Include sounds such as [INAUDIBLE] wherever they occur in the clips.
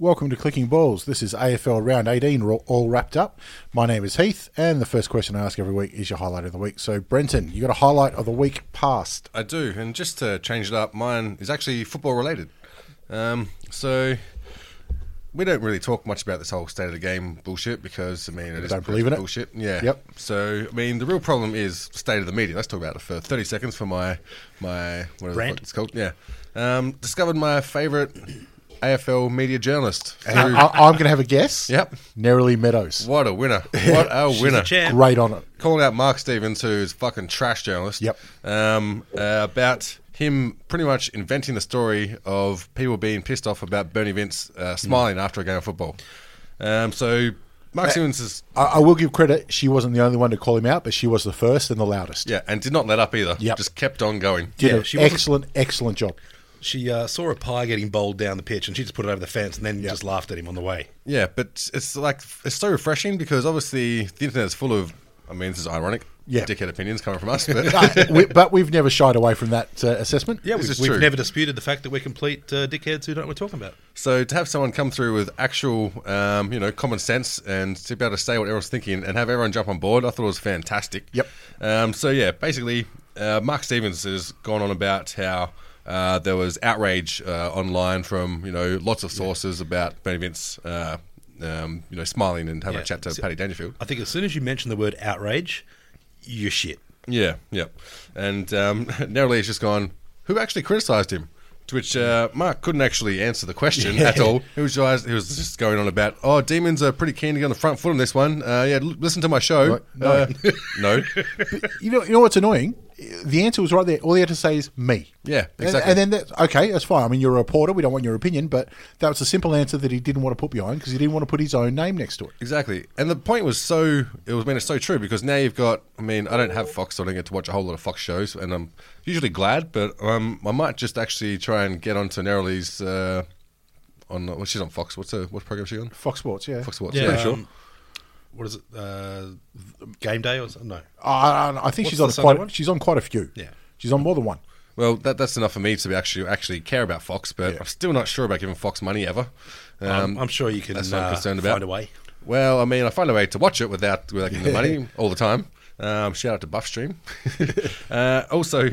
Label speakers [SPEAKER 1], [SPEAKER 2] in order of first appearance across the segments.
[SPEAKER 1] Welcome to Clicking Balls. This is AFL Round 18, we're all- all wrapped up. My name is Heath, and the first question I ask every week is your highlight of the week. So, Brenton, you got a highlight of the week past.
[SPEAKER 2] I do, and just to change it up, mine is actually football related. Um, so we don't really talk much about this whole state of the game bullshit because I mean, it is
[SPEAKER 1] Don't believe in it.
[SPEAKER 2] Bullshit. Yeah.
[SPEAKER 1] Yep.
[SPEAKER 2] So I mean, the real problem is state of the media. Let's talk about it for thirty seconds for my my what is
[SPEAKER 1] Rant.
[SPEAKER 2] it, it's called. Yeah. Um, discovered my favorite AFL media journalist.
[SPEAKER 1] And
[SPEAKER 2] through-
[SPEAKER 1] I, I- I'm going to have a guess.
[SPEAKER 2] Yep.
[SPEAKER 1] Nerily Meadows.
[SPEAKER 2] what a
[SPEAKER 1] [LAUGHS]
[SPEAKER 2] winner! What a winner!
[SPEAKER 3] champ.
[SPEAKER 1] Great on it.
[SPEAKER 2] calling out Mark Stevens, who's fucking trash journalist.
[SPEAKER 1] Yep.
[SPEAKER 2] Um, uh, about him pretty much inventing the story of people being pissed off about Bernie Vince
[SPEAKER 1] Hmm.
[SPEAKER 2] uh, smiling after a game of football. Um, so Mark Stevens is
[SPEAKER 1] I, I will give credit. She wasn't the only one to call him out, but she was the first and the loudest.
[SPEAKER 2] yeah, and did not let up either.
[SPEAKER 1] Yep.
[SPEAKER 2] Just kept on going.
[SPEAKER 1] Did
[SPEAKER 3] Yeah,
[SPEAKER 1] an
[SPEAKER 3] she wasn't-
[SPEAKER 1] excellent, excellent job.
[SPEAKER 3] [LAUGHS] She uh, saw a pie getting bowled down the pitch, and she just put it over the fence, and then just laughed at him on the way.
[SPEAKER 2] Yeah, but it's like it's so refreshing because obviously the internet is full of. I mean, this is ironic.
[SPEAKER 1] Yeah.
[SPEAKER 2] Dickhead opinions
[SPEAKER 1] [LAUGHS]
[SPEAKER 2] coming from us, but
[SPEAKER 1] Uh, we, but we've never shied away from that uh, assessment.
[SPEAKER 3] Yeah,
[SPEAKER 2] This
[SPEAKER 3] we've,
[SPEAKER 2] is
[SPEAKER 3] we've
[SPEAKER 2] true.
[SPEAKER 3] never disputed the fact that we're complete uh, dickheads who don't know what we're talking about.
[SPEAKER 2] So to have someone come through with actual, um, you know, common sense and to be able to say what everyone's thinking and have everyone jump on board, I thought it was fantastic.
[SPEAKER 1] Yep.
[SPEAKER 2] Um, so yeah, basically, uh, Mark Stevens has gone on about how uh, there was outrage uh, online from you know lots of sources about Bernie Vince, uh, um, you know, smiling and having
[SPEAKER 3] Yeah.
[SPEAKER 2] a chat to
[SPEAKER 3] So-
[SPEAKER 2] Paddy Dangerfield.
[SPEAKER 3] I think as soon as you mention the word outrage, you're shit.
[SPEAKER 2] Yeah, yeah. And um, [LAUGHS] narrowly, it's just gone, who actually criticised him? To which uh, Mark couldn't actually answer the question at all. He was, just, he was just going on about, oh, demons are pretty keen to get on the front foot on this one. Uh, yeah, l- listen to my show.
[SPEAKER 1] No.
[SPEAKER 2] Uh, [LAUGHS] no.
[SPEAKER 1] You know, you know what's annoying? The answer was right there. All he had to say is me.
[SPEAKER 2] Yeah,
[SPEAKER 1] And-
[SPEAKER 2] exactly.
[SPEAKER 1] And, then that, okay, that's fine. I mean, you're a reporter. We don't want your opinion, but that was a simple answer that he didn't want to put behind because he didn't want to put his own name next to it.
[SPEAKER 2] Exactly. And the point was so it was I mean it's so true because now you've got I mean, I don't have Fox so I don't get to watch a whole lot of Fox shows and I'm usually glad, but um I might just actually try and get onto Narrowly's uh on well, she's on Fox. What's her what program is she on?
[SPEAKER 1] Fox Sports, yeah.
[SPEAKER 2] Fox Sports, pretty sure.
[SPEAKER 3] um, What is it? Uh, game day or something? No.
[SPEAKER 1] I, I- I think
[SPEAKER 3] What's
[SPEAKER 1] she's on
[SPEAKER 3] the Sunday
[SPEAKER 1] quite.
[SPEAKER 3] one?
[SPEAKER 1] She's on quite a few.
[SPEAKER 3] Yeah.
[SPEAKER 1] she's on more than one.
[SPEAKER 2] Well, that, that's enough for me to be actually actually care about Fox, but I'm still not sure about giving Fox money ever.
[SPEAKER 3] Um, I'm sure you can
[SPEAKER 2] that's what I'm
[SPEAKER 3] uh,
[SPEAKER 2] concerned about.
[SPEAKER 3] find a way.
[SPEAKER 2] Well, I mean, I find a way to watch it without without getting the money
[SPEAKER 3] [LAUGHS]
[SPEAKER 2] all the time. Um, shout out to Buffstream. uh, also,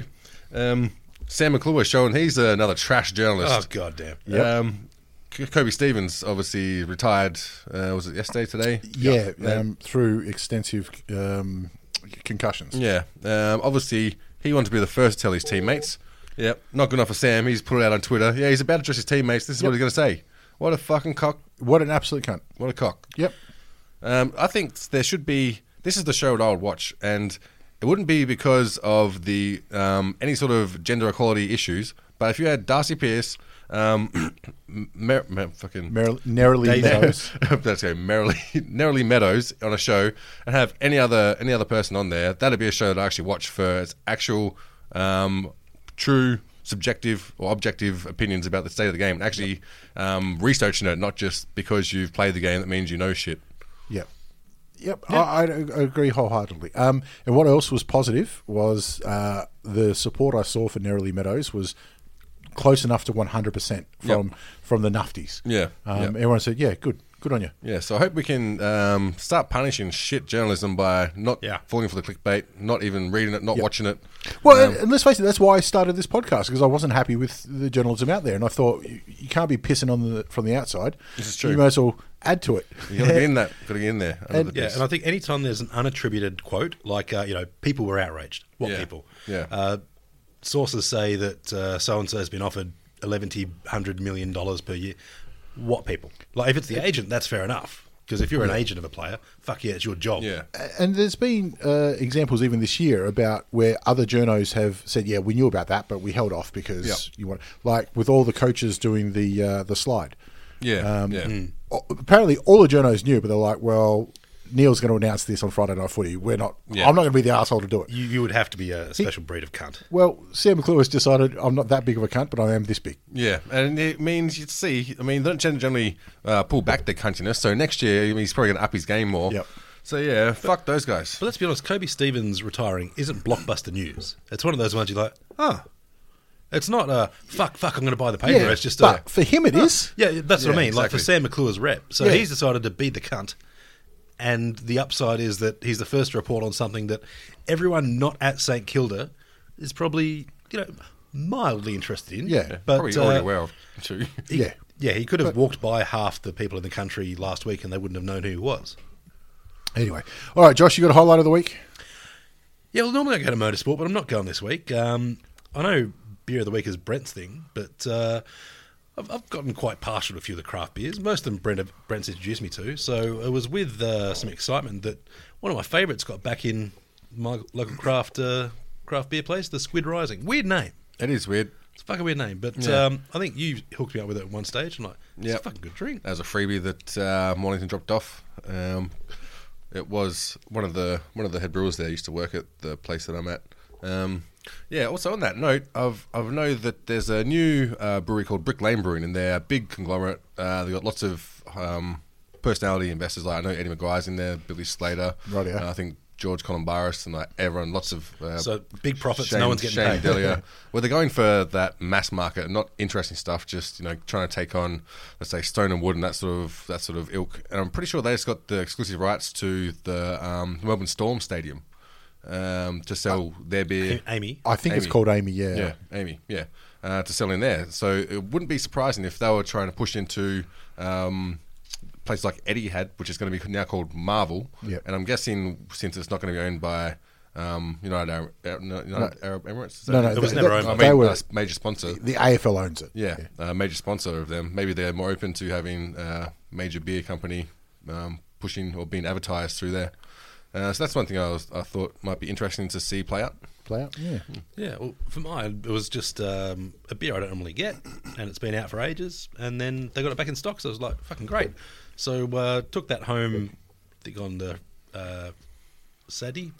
[SPEAKER 2] um, Sam McClure showing he's another trash
[SPEAKER 3] Oh,
[SPEAKER 2] journalist.
[SPEAKER 3] goddamn.
[SPEAKER 2] Um, K- Kobe Stevens obviously retired. Uh, was it yesterday? Today?
[SPEAKER 1] Yeah, um, through extensive um, concussions.
[SPEAKER 2] Yeah. Um, obviously, he wanted to be the first to tell his teammates. Yep. Not good enough for Sam. He's put it out on Twitter. Yeah, he's about to address his teammates. This is what he's going to say. What a fucking cock.
[SPEAKER 1] What an absolute cunt.
[SPEAKER 2] What a cock.
[SPEAKER 1] Yep.
[SPEAKER 2] Um, I think there should be. This is the show that I would watch, and it wouldn't be because of the um, any sort of gender equality issues. But if you had Darcy Pierce, um, [COUGHS] Mer- Mer- fucking
[SPEAKER 1] Merrily, narrowly
[SPEAKER 2] [LAUGHS]
[SPEAKER 1] Meadows.
[SPEAKER 2] Let's go Merrily, [LAUGHS] Merrily Meadows on a show and have any other any other person on there. That'd be a show that I actually watch for its actual, um, true, subjective or objective opinions about the state of the game and actually um, researching it, not just because you've played the game that means you know shit.
[SPEAKER 1] Yep. Yep, I, I agree wholeheartedly. Um, and what else was positive was uh, the support I saw for Nerily Meadows was close enough to 100% from from the Nufties.
[SPEAKER 2] Yeah,
[SPEAKER 1] Um,
[SPEAKER 2] yeah.
[SPEAKER 1] Everyone said, yeah, good. Good on you.
[SPEAKER 2] Yeah, so I hope we can um, start punishing shit journalism by not
[SPEAKER 3] Yeah.
[SPEAKER 2] falling for the clickbait, not even reading it, not watching
[SPEAKER 3] [LAUGHS]
[SPEAKER 2] it.
[SPEAKER 1] Well, and- and let's face it, that's why I started this podcast because I wasn't happy with the journalism out there, and I thought you, you can't be pissing on the from the outside. This
[SPEAKER 2] is true.
[SPEAKER 1] You might as well add to it.
[SPEAKER 2] You gotta get in that. Gotta get in there. under
[SPEAKER 1] And-
[SPEAKER 2] the
[SPEAKER 3] Yeah,
[SPEAKER 2] piss.
[SPEAKER 3] and I think anytime there's an unattributed quote, like, uh, you know, people were outraged. What
[SPEAKER 2] Yeah.
[SPEAKER 3] people?
[SPEAKER 2] Yeah.
[SPEAKER 3] Uh, sources say that so and so has been offered $1,100 million per year. What people? Like, if it's the agent, that's fair enough. Because if you're an agent of a player, fuck yeah, it's your job.
[SPEAKER 2] Yeah.
[SPEAKER 1] And there's been uh, examples even this year about where other journos have said, "Yeah, we knew about that, but we held off because
[SPEAKER 2] Yep.
[SPEAKER 1] you want." Like with all the coaches doing the uh, the slide.
[SPEAKER 2] Yeah,
[SPEAKER 1] Um,
[SPEAKER 3] hmm.
[SPEAKER 2] yeah. Mm.
[SPEAKER 1] o- Apparently, all the journos knew, but they're like, "Well, Neil's going to announce this on Friday Night Footy. We're not.
[SPEAKER 2] Yeah.
[SPEAKER 1] I'm not going to be the asshole to do it."
[SPEAKER 3] You, you would have to be a special breed of cunt.
[SPEAKER 1] Well, Sam McClure has decided I'm not that big of a cunt, but I am this big.
[SPEAKER 2] Yeah, and it means you see, I mean, they don't gen- generally uh, pull back their cuntiness. So next year, I mean, he's probably going to up his game more.
[SPEAKER 1] Yep.
[SPEAKER 2] So yeah, fuck those guys.
[SPEAKER 3] But let's be honest, Kobe Stevens retiring isn't blockbuster news. It's one of those ones you're like, oh, it's not a fuck, fuck, I'm going to buy the paper. it's just
[SPEAKER 2] uh,
[SPEAKER 3] a.
[SPEAKER 1] but for him, it is.
[SPEAKER 3] Yeah, that's what I
[SPEAKER 2] Yeah,
[SPEAKER 3] mean. Like for
[SPEAKER 2] exactly.
[SPEAKER 3] Sam McClure's rep. So
[SPEAKER 1] Yeah.
[SPEAKER 3] he's decided to be the cunt. And the upside is that he's the first to report on something that everyone not at St Kilda is probably, you know, mildly interested in.
[SPEAKER 1] Yeah,
[SPEAKER 3] but
[SPEAKER 2] probably already
[SPEAKER 3] uh,
[SPEAKER 2] aware of [LAUGHS] too.
[SPEAKER 3] he-
[SPEAKER 1] Yeah.
[SPEAKER 3] yeah, he could have walked by half the people in the country last week and they wouldn't have known who he was.
[SPEAKER 1] Anyway, all right, Josh, you got a highlight of the week?
[SPEAKER 3] Yeah, well, normally I go to motorsport, but I'm not going this week. Um, I know beer of the week is Brent's thing, but uh, I've, I've gotten quite partial to a few of the craft beers. Most of them Brent, Brent's introduced me to. So it was with uh, some excitement that one of my favourites got back in my local craft uh, craft beer place, the Squid Rising. Weird name.
[SPEAKER 2] It is weird.
[SPEAKER 3] It's a fucking weird name, but
[SPEAKER 2] Yeah.
[SPEAKER 3] um, I think you hooked me up with it at one stage. I'm like, it's
[SPEAKER 2] Yeah.
[SPEAKER 3] a fucking good drink.
[SPEAKER 2] That was a freebie that uh, Mornington dropped off. Um, it was one of the one of the head brewers there used to work at the place that I'm at. Um, yeah. Also on that note, I've I've know that there's a new uh, brewery called Brick Lane Brewing, and they're a big conglomerate. Uh, they've got lots of um, personality investors. Like I know Eddie McGuire's in there, Billy Slater.
[SPEAKER 1] Rightio.
[SPEAKER 2] Uh, I think George Columbaris and like everyone. Lots of uh,
[SPEAKER 3] So, big profits, no one's getting
[SPEAKER 2] Shane
[SPEAKER 3] paid.
[SPEAKER 2] Delia. well, they're going for that mass market, not interesting stuff. Just you know, trying to take on, let's say, stone and wood and that sort of that sort of ilk. And I'm pretty sure they just got the exclusive rights to the um, Melbourne Storm Stadium um, to sell their beer.
[SPEAKER 3] Amy.
[SPEAKER 1] I think it's
[SPEAKER 2] Amy.
[SPEAKER 1] called Amy. Yeah.
[SPEAKER 2] Yeah, Amy. Yeah, uh, to sell in there. So it wouldn't be surprising if they were trying to push into um, places like Eddie had, which is going to be now called Marvel.
[SPEAKER 1] Yep.
[SPEAKER 2] And I'm guessing since it's not going to be owned by um, United, Arab, Arab, United Arab Emirates, is
[SPEAKER 1] No, no,
[SPEAKER 2] that-
[SPEAKER 1] it
[SPEAKER 3] was
[SPEAKER 1] they,
[SPEAKER 3] never
[SPEAKER 1] they-
[SPEAKER 3] owned.
[SPEAKER 1] They
[SPEAKER 2] I mean,
[SPEAKER 1] were
[SPEAKER 2] uh, major sponsor.
[SPEAKER 1] the AFL owns it.
[SPEAKER 2] Yeah, Uh, major sponsor of them. Maybe they're more open to having uh, major beer company um, pushing or being advertised through there. Uh, so that's one thing I, was, I thought might be interesting to see play out.
[SPEAKER 1] Play out. Yeah.
[SPEAKER 3] Yeah, well, for mine, it was just um, a beer I don't normally get, and it's been out for ages. And then they got it back in stock, so I was like, fucking great. So uh, took that home, I think on the uh, Saturday,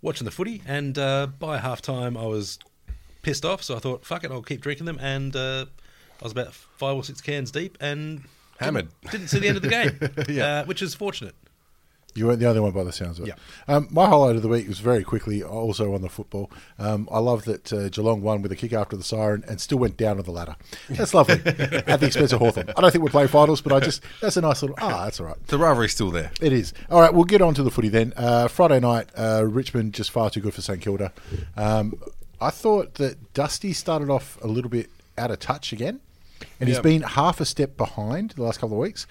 [SPEAKER 3] watching the footy, and uh, by half time I was pissed off, so I thought, fuck it, I'll keep drinking them. And uh, I was about five or six cans deep and didn't-
[SPEAKER 2] Hammered.
[SPEAKER 3] Didn't see the end of the game,
[SPEAKER 2] [LAUGHS] Yeah.
[SPEAKER 3] uh, which is fortunate.
[SPEAKER 1] You weren't the only one by the sounds of it.
[SPEAKER 3] Yeah.
[SPEAKER 1] Um, my highlight of the week was very quickly also on the football. Um, I love that uh, Geelong won with a kick after the siren and still went down on the ladder. That's lovely at the expense of Hawthorn. I don't think we're playing finals, but I just, that's a nice little, ah, that's all right.
[SPEAKER 2] The rivalry's still there.
[SPEAKER 1] It is. All right, we'll get on to the footy then. Uh, Friday night, uh, Richmond just far too good for St Kilda. Um, I thought that Dusty started off a little bit out of touch again, and he's
[SPEAKER 2] Yeah.
[SPEAKER 1] been half a step behind the last couple of weeks.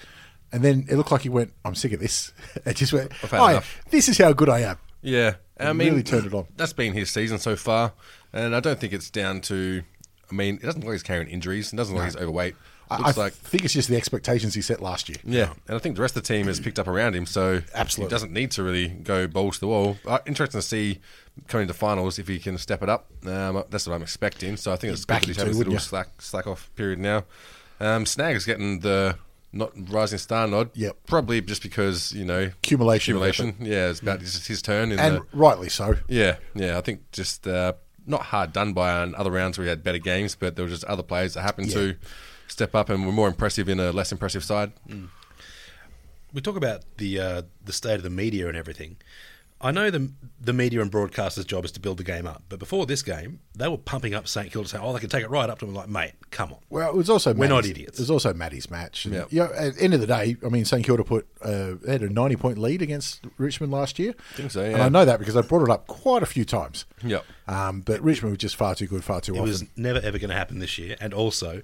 [SPEAKER 1] And then it looked like he went, I'm sick of this. [LAUGHS] It just went,
[SPEAKER 2] I've had
[SPEAKER 1] oh,
[SPEAKER 2] enough."
[SPEAKER 1] this is how good I am.
[SPEAKER 2] Yeah, and I mean,
[SPEAKER 1] really turned it on.
[SPEAKER 2] [SIGHS] That's been his season so far, and I don't think it's down to. I mean, it doesn't look like he's carrying injuries. It doesn't look like he's overweight.
[SPEAKER 1] I,
[SPEAKER 2] looks
[SPEAKER 1] I
[SPEAKER 2] like
[SPEAKER 1] think it's just the expectations he set last year.
[SPEAKER 2] yeah, and I think the rest of the team has picked up around him, so
[SPEAKER 1] Absolutely.
[SPEAKER 2] he doesn't need to really go balls to the wall. Uh, interesting to see coming to finals if he can step it up. Um, that's what I'm expecting. So I think it's good
[SPEAKER 1] back
[SPEAKER 2] that he's
[SPEAKER 1] into,
[SPEAKER 2] having his
[SPEAKER 1] wouldn't
[SPEAKER 2] little
[SPEAKER 1] you?
[SPEAKER 2] slack slack off period now. Um, Snag is getting the not rising star nod.
[SPEAKER 1] Yep.
[SPEAKER 2] probably just because you know
[SPEAKER 1] Accumulation of Mm.
[SPEAKER 2] accumulation. Yeah, it's about it's his turn in
[SPEAKER 1] And
[SPEAKER 2] the,
[SPEAKER 1] rightly so.
[SPEAKER 2] yeah, yeah. I think just uh, not hard done by on other rounds where we had better games, but there were just other players that happened to step up and were more impressive in a less impressive side.
[SPEAKER 1] Mm.
[SPEAKER 3] we talk about the uh, the state of the media and everything. I know the the media and broadcasters' job is to build the game up, but before this game, they were pumping up St Kilda saying, "Oh, they can take it right up to them." Like, mate, come on.
[SPEAKER 1] Well, it was also
[SPEAKER 3] We're not
[SPEAKER 1] Matty's-
[SPEAKER 3] idiots.
[SPEAKER 1] It was also Maddie's match. And,
[SPEAKER 2] Yeah.
[SPEAKER 1] you know, at the end of the day, I mean, St Kilda put uh, they had a ninety point lead against Richmond last year. I
[SPEAKER 2] think so,
[SPEAKER 1] And
[SPEAKER 2] yeah.
[SPEAKER 1] I know that because I brought it up quite a few times.
[SPEAKER 2] Yep.
[SPEAKER 1] Um, but Richmond was just far too good, far too
[SPEAKER 3] It
[SPEAKER 1] often.
[SPEAKER 3] was never ever going to happen this year. And also,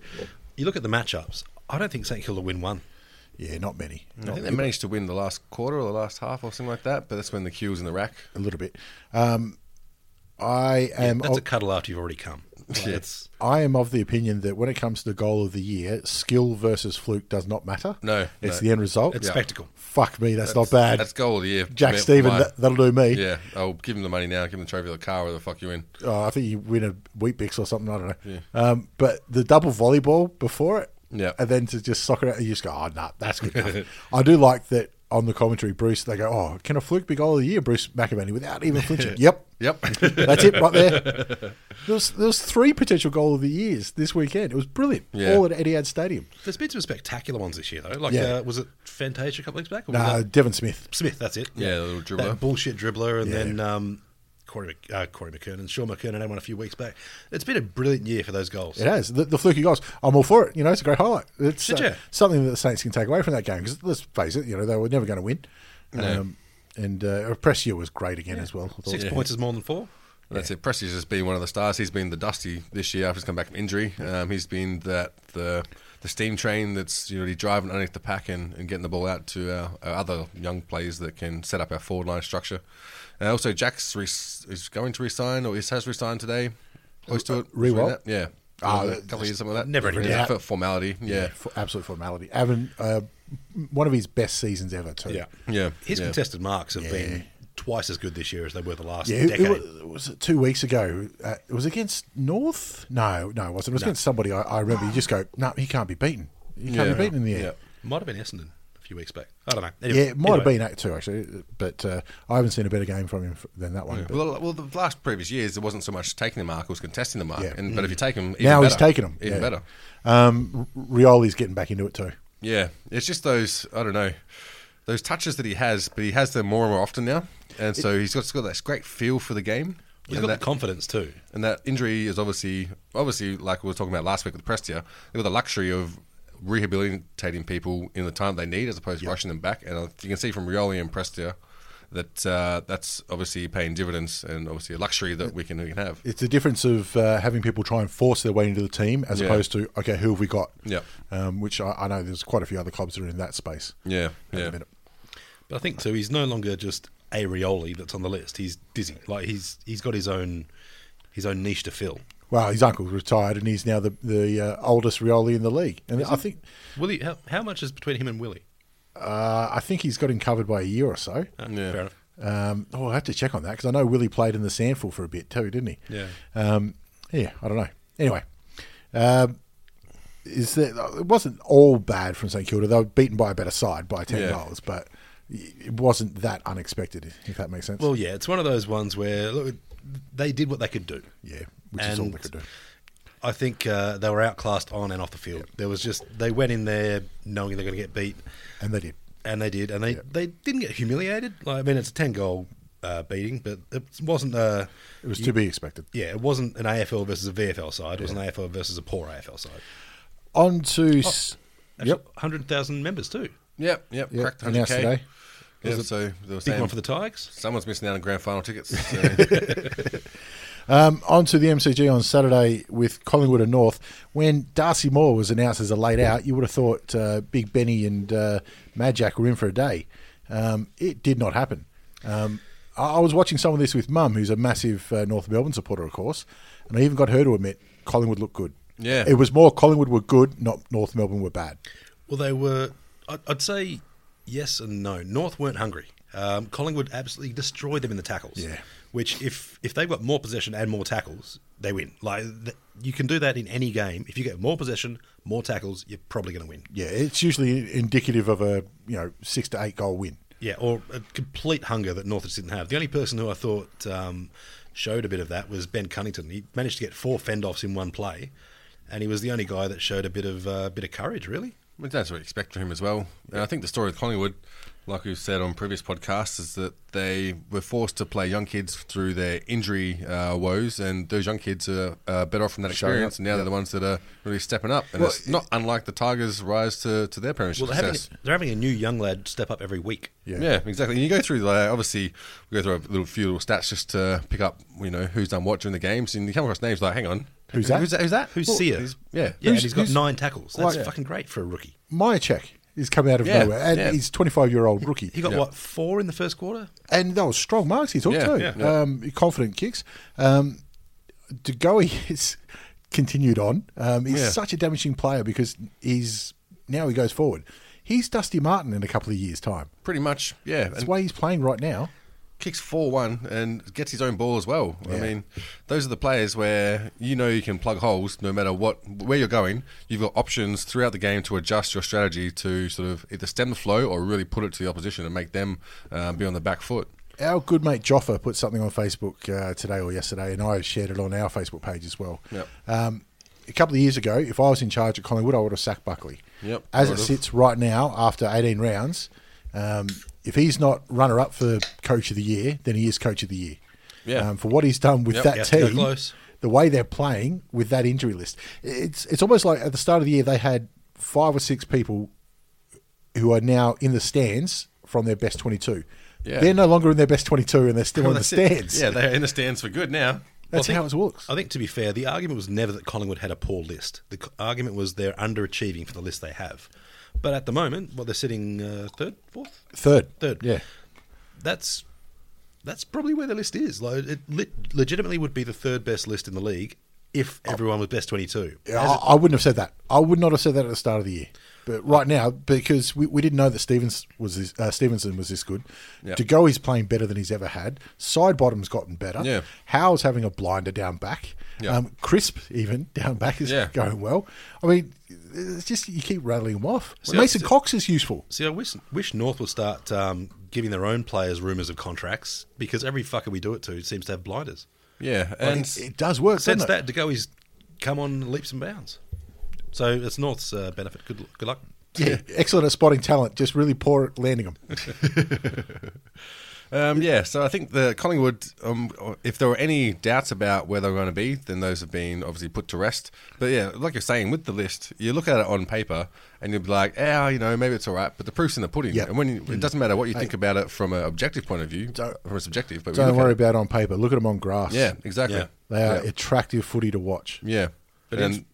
[SPEAKER 3] you look at the matchups. I don't think St Kilda win one.
[SPEAKER 1] yeah, not many.
[SPEAKER 2] I think they managed to win the last quarter or the last half or something like that, but that's when the queue was in the rack.
[SPEAKER 1] A little bit. Um, I am. oh [LAUGHS]
[SPEAKER 3] That's a cuddle after you've already come. Like,
[SPEAKER 2] Yeah.
[SPEAKER 3] It's
[SPEAKER 1] I am of the opinion that when it comes to the goal of the year, skill versus fluke does not matter.
[SPEAKER 2] No,
[SPEAKER 1] it's
[SPEAKER 2] no.
[SPEAKER 1] the end result.
[SPEAKER 3] it's
[SPEAKER 2] Yeah.
[SPEAKER 3] spectacle.
[SPEAKER 1] Fuck me, that's, not bad.
[SPEAKER 2] That's goal of the year.
[SPEAKER 1] Jack
[SPEAKER 2] Mate,
[SPEAKER 1] Stephen,
[SPEAKER 2] mine.
[SPEAKER 1] that, that'll do me.
[SPEAKER 2] yeah, I'll give him the money now. Give him the trophy, or the car, or the fuck you in.
[SPEAKER 1] Oh, I think you win a wheat bix or something. I don't know. Um, but the double volleyball before it,
[SPEAKER 2] Yeah.
[SPEAKER 1] and then to just soccer out, you just go, oh, nah, that's good enough. I do like that on the commentary, Bruce. They go, oh, can a fluke be goal of the year, Bruce McAvaney, without even flinching? yep,
[SPEAKER 2] Yep. [LAUGHS]
[SPEAKER 1] that's it right there. There was, there was three potential goal of the years this weekend. It was brilliant.
[SPEAKER 2] Yeah.
[SPEAKER 1] All at Etihad Stadium.
[SPEAKER 3] There's been some spectacular ones this year though. Like
[SPEAKER 1] Yeah.
[SPEAKER 3] uh, was it Fantasia a couple weeks back? Or was
[SPEAKER 1] Nah,
[SPEAKER 3] that-
[SPEAKER 1] Devon Smith.
[SPEAKER 3] Smith, that's it.
[SPEAKER 2] Yeah, the little dribbler.
[SPEAKER 3] That bullshit dribbler. And then um, Corey, Mc- uh, Corey McKernan, Sean McKernan had one a few weeks back. It's been a brilliant year for those goals.
[SPEAKER 1] It has the, the fluky goals. I'm all for it. You know, it's a great highlight. It's
[SPEAKER 3] Did
[SPEAKER 1] uh,
[SPEAKER 3] ya?
[SPEAKER 1] something that the Saints can take away from that game because let's face it, you know, they were never going to win. Um, and uh, Prescia was great again as well. I thought-
[SPEAKER 3] Six points is more than four.
[SPEAKER 2] That's it. Presty's just been one of the stars. He's been the dusty this year after he's come back from injury. Um, he's been that the the steam train that's you know really driving underneath the pack and, and getting the ball out to our, our other young players that can set up our forward line structure. And also, Jack's re- is going to resign or is, has resigned today. Close to it.
[SPEAKER 1] re- what?
[SPEAKER 2] Something like that. Yeah.
[SPEAKER 1] Ah,
[SPEAKER 2] a
[SPEAKER 1] that's-
[SPEAKER 2] couple of years, something like that.
[SPEAKER 3] never ending.
[SPEAKER 2] Yeah,
[SPEAKER 1] Yeah.
[SPEAKER 2] for formality. Yeah.
[SPEAKER 1] for, absolute formality. Having uh, m- one of his best seasons ever too.
[SPEAKER 2] Yeah.
[SPEAKER 3] His
[SPEAKER 2] yeah.
[SPEAKER 3] contested marks have been twice as good this year as they were the last
[SPEAKER 1] Yeah, it,
[SPEAKER 3] decade.
[SPEAKER 1] it was, was it two weeks ago? Uh, it was against North. No, no, it wasn't. It was against somebody. I, I remember. You just go, no, he can't be beaten. He can't
[SPEAKER 2] Yeah.
[SPEAKER 1] be beaten in the air.
[SPEAKER 3] Might have been Essendon a few weeks back. I don't know. Anyway,
[SPEAKER 1] Yeah, it might have
[SPEAKER 3] anyway.
[SPEAKER 1] been Act Two actually, but uh, I haven't seen a better game from him f- than that one. But
[SPEAKER 2] Well, the- well, the last previous years, it wasn't so much taking the mark, it was contesting the mark.
[SPEAKER 1] Yeah. Mm.
[SPEAKER 2] And, but if you take him, even
[SPEAKER 1] now he's
[SPEAKER 2] better.
[SPEAKER 1] taking them.
[SPEAKER 2] Even
[SPEAKER 1] yeah.
[SPEAKER 2] better.
[SPEAKER 1] Um, R- Rioli's getting back into it too.
[SPEAKER 2] Yeah, it's just those I don't know those touches that he has, but he has them more and more often now, and so he's got, he's got that great feel for the game.
[SPEAKER 3] He's
[SPEAKER 2] and
[SPEAKER 3] got
[SPEAKER 2] that,
[SPEAKER 3] the confidence too.
[SPEAKER 2] and that injury is obviously obviously like we were talking about last week with Prestia, they've got the luxury of rehabilitating people in the time they need as opposed to rushing them back. And I- you can see from Rioli and Prestia that uh, that's obviously paying dividends and obviously a luxury that we can, we can have.
[SPEAKER 1] It's the difference of uh, having people try and force their way into the team as
[SPEAKER 2] Yeah.
[SPEAKER 1] opposed to okay, who have we got?
[SPEAKER 2] Yeah.
[SPEAKER 1] um, which I, I know there's quite a few other clubs that are in that space.
[SPEAKER 2] Yeah,
[SPEAKER 1] at the
[SPEAKER 2] yeah.
[SPEAKER 1] minute.
[SPEAKER 3] But I think too, he's no longer just a Rioli that's on the list. He's dizzy. Like he's he's got his own his own niche to fill.
[SPEAKER 1] Well, his uncle's retired and he's now the the uh, oldest Rioli in the league, and I think
[SPEAKER 3] Willie, how, how much is between him and Willie?
[SPEAKER 1] uh, I think he's got him covered by a year or so.
[SPEAKER 2] Yeah.
[SPEAKER 3] Uh, Fair enough.
[SPEAKER 1] Um, oh, I have to check on that because I know Willie played in the Sandful for a bit too, didn't he?
[SPEAKER 3] Yeah.
[SPEAKER 1] Um, yeah, I don't know. Anyway, um, is that it wasn't all bad from St Kilda. They were beaten by a better side by ten
[SPEAKER 2] Yeah.
[SPEAKER 1] goals, but it wasn't that unexpected. If that makes sense.
[SPEAKER 3] Well, yeah, it's one of those ones where look, they did what they could do.
[SPEAKER 1] yeah, which is all
[SPEAKER 3] and
[SPEAKER 1] they could do.
[SPEAKER 3] I think uh, they were outclassed on and off the field. There was just they went in there knowing they're going to get beat,
[SPEAKER 1] And they did.
[SPEAKER 3] and they did, and they, they didn't get humiliated. Like, I mean, it's a ten goal uh, beating, but it wasn't a
[SPEAKER 1] It was to be expected.
[SPEAKER 3] yeah, it wasn't an AFL versus a VFL side. It was an AFL versus a poor AFL side.
[SPEAKER 1] On
[SPEAKER 3] Oh,
[SPEAKER 1] to s- Yep.
[SPEAKER 3] hundred thousand members too.
[SPEAKER 2] Yep, yep,
[SPEAKER 1] Yep,
[SPEAKER 2] cracked 100k.
[SPEAKER 1] announced today.
[SPEAKER 2] Yeah, so they were
[SPEAKER 3] Big
[SPEAKER 2] saying
[SPEAKER 3] one for the Tigers.
[SPEAKER 2] someone's missing out on grand final tickets.
[SPEAKER 3] [LAUGHS]
[SPEAKER 2] So.
[SPEAKER 1] um, on to the MCG on Saturday with Collingwood and North. When Darcy Moore was announced as a late out, you would have thought uh, Big Benny and uh, Mad Jack were in for a day. Um, it did not happen. Um, I, I was watching some of this with Mum, who's a massive uh, North Melbourne supporter, of course, and I even got her to admit Collingwood looked good.
[SPEAKER 2] Yeah.
[SPEAKER 1] it was more Collingwood were good, not North Melbourne were bad.
[SPEAKER 3] Well, they were. I'd, I'd say yes and no. North weren't hungry. Um, Collingwood absolutely destroyed them in the tackles.
[SPEAKER 1] Yeah.
[SPEAKER 3] Which, if if they've got more possession and more tackles, they win. Like th- you can do that in any game. If you get more possession, more tackles, you're probably going to win.
[SPEAKER 1] Yeah, it's usually indicative of a you know six to eight goal win.
[SPEAKER 3] Yeah, or a complete hunger that North just didn't have. The only person who I thought um, showed a bit of that was Ben Cunnington. He managed to get four fend offs in one play, and he was the only guy that showed a bit of uh, bit of courage, really.
[SPEAKER 2] I mean, that's what you expect from him as well. And I think the story of Collingwood, like we've said on previous podcasts, is that they were forced to play young kids through their injury uh, woes, and those young kids are uh, better off from that
[SPEAKER 1] Showing
[SPEAKER 2] experience,
[SPEAKER 1] up,
[SPEAKER 2] and now they're the ones that are really stepping up. And
[SPEAKER 1] Well,
[SPEAKER 2] it's not unlike the Tigers' rise to, to their premiership
[SPEAKER 3] Well, they're having,
[SPEAKER 2] success.
[SPEAKER 3] they're having a new young lad step up every week.
[SPEAKER 1] Yeah.
[SPEAKER 2] Yeah. exactly. And you go through like obviously we go through a little few little stats just to pick up, you know, who's done what during the games, and you come across names like, hang on,
[SPEAKER 1] Who's that?
[SPEAKER 2] Who's that? Who's that?
[SPEAKER 3] Who's
[SPEAKER 2] Well,
[SPEAKER 3] Sear?
[SPEAKER 2] he's- Yeah,
[SPEAKER 1] Who's-
[SPEAKER 3] yeah, and he's got
[SPEAKER 1] who's-
[SPEAKER 3] nine tackles. That's
[SPEAKER 1] Like-
[SPEAKER 3] fucking great for a rookie.
[SPEAKER 1] Myacek is coming out of
[SPEAKER 2] Yeah,
[SPEAKER 1] nowhere, and
[SPEAKER 2] yeah.
[SPEAKER 1] he's twenty five year old rookie.
[SPEAKER 3] He got
[SPEAKER 2] Yeah.
[SPEAKER 3] what four in the first quarter?
[SPEAKER 1] and that was strong marks he took
[SPEAKER 2] Yeah,
[SPEAKER 1] too.
[SPEAKER 2] yeah, yeah.
[SPEAKER 1] Um, confident kicks. Um, Degoe [LAUGHS] is continued on. Um, he's
[SPEAKER 2] Yeah.
[SPEAKER 1] such a damaging player because he's now he goes forward. He's Dusty Martin in a couple of years' time.
[SPEAKER 2] Pretty much, yeah.
[SPEAKER 1] That's
[SPEAKER 2] And
[SPEAKER 1] the way he's playing right now.
[SPEAKER 2] kicks 4 1 and gets his own ball as well. I
[SPEAKER 1] Yeah.
[SPEAKER 2] mean, those are the players where you know you can plug holes no matter what where you're going. You've got options throughout the game to adjust your strategy to sort of either stem the flow or really put it to the opposition and make them uh, be on the back foot.
[SPEAKER 1] Our good mate Joffa put something on Facebook uh, today or yesterday, and I shared it on our Facebook page as well.
[SPEAKER 2] Yep.
[SPEAKER 1] Um, a couple of years ago, if I was in charge at Collingwood, I would have sacked Buckley.
[SPEAKER 2] Yep,
[SPEAKER 1] As it
[SPEAKER 2] would've.
[SPEAKER 1] sits right now, after 18 rounds, um, if he's not runner up for coach of the year, then he is coach of the year.
[SPEAKER 2] Yeah.
[SPEAKER 1] Um, for what he's done with
[SPEAKER 2] Yep,
[SPEAKER 1] that
[SPEAKER 3] yeah, they're
[SPEAKER 1] team,
[SPEAKER 3] close.
[SPEAKER 1] the way they're playing with that injury list, it's it's almost like at the start of the year they had five or six people who are now in the stands from their best 22.
[SPEAKER 2] Yeah.
[SPEAKER 1] They're no longer in their best 22 and they're still in the
[SPEAKER 2] That's it.
[SPEAKER 1] stands.
[SPEAKER 2] Yeah, they're in the stands for good now.
[SPEAKER 1] That's
[SPEAKER 3] Well, I
[SPEAKER 1] how it looks.
[SPEAKER 3] I think to be fair, the argument was never that Collingwood had a poor list. The c- argument was they're underachieving for the list they have. But at the moment, well, they're sitting uh, third, fourth,
[SPEAKER 1] Third.
[SPEAKER 3] third.
[SPEAKER 1] Yeah.
[SPEAKER 3] that's that's probably where the list is. Like, it le- legitimately would be the third best list in the league if everyone was best twenty-two.
[SPEAKER 1] I, I wouldn't have said that. I would not have said that at the start of the year.
[SPEAKER 2] Oh.
[SPEAKER 1] But right now, because we, we didn't know that Stevens was this, uh, Stevenson was this good.
[SPEAKER 2] Yep.
[SPEAKER 1] To go, he's playing better than he's ever had. Side bottom's gotten better.
[SPEAKER 2] Yeah.
[SPEAKER 1] Howe's having a blinder down back.
[SPEAKER 2] Yeah.
[SPEAKER 1] Um, Crisp even [LAUGHS] down back is
[SPEAKER 2] Yeah.
[SPEAKER 1] going well. I mean, it's just you keep rattling them off.
[SPEAKER 2] See,
[SPEAKER 1] Mason
[SPEAKER 2] it's-
[SPEAKER 1] Cox is useful.
[SPEAKER 3] See, I wish, wish North would start um, giving their own players rumours of contracts because every fucker we do it to seems to have blinders.
[SPEAKER 2] Yeah, and
[SPEAKER 1] It, it does work.
[SPEAKER 3] Since
[SPEAKER 1] doesn't it?
[SPEAKER 3] that, De Goey's come on leaps and bounds. So it's North's uh, benefit. Good, l- good luck.
[SPEAKER 1] Yeah, excellent at spotting talent, just really poor at landing them.
[SPEAKER 2] Um, yeah, so I think the Collingwood, um, if there were any doubts about where they were going to be, then those have been obviously put to rest. But yeah, like you're saying, with the list, you look at it on paper and you'll be like, oh, you know, maybe it's all right, but the proof's in the pudding.
[SPEAKER 1] Yeah.
[SPEAKER 2] And when you, it doesn't matter what you think about it from an objective point of view, from a subjective, but
[SPEAKER 1] Don't
[SPEAKER 2] we look
[SPEAKER 1] worry
[SPEAKER 2] at
[SPEAKER 1] about it on paper. Look at them on grass.
[SPEAKER 2] it- Yeah, exactly.
[SPEAKER 3] Yeah.
[SPEAKER 1] They are
[SPEAKER 2] Yeah.
[SPEAKER 1] attractive footy to watch.
[SPEAKER 2] Yeah.
[SPEAKER 3] But
[SPEAKER 2] and,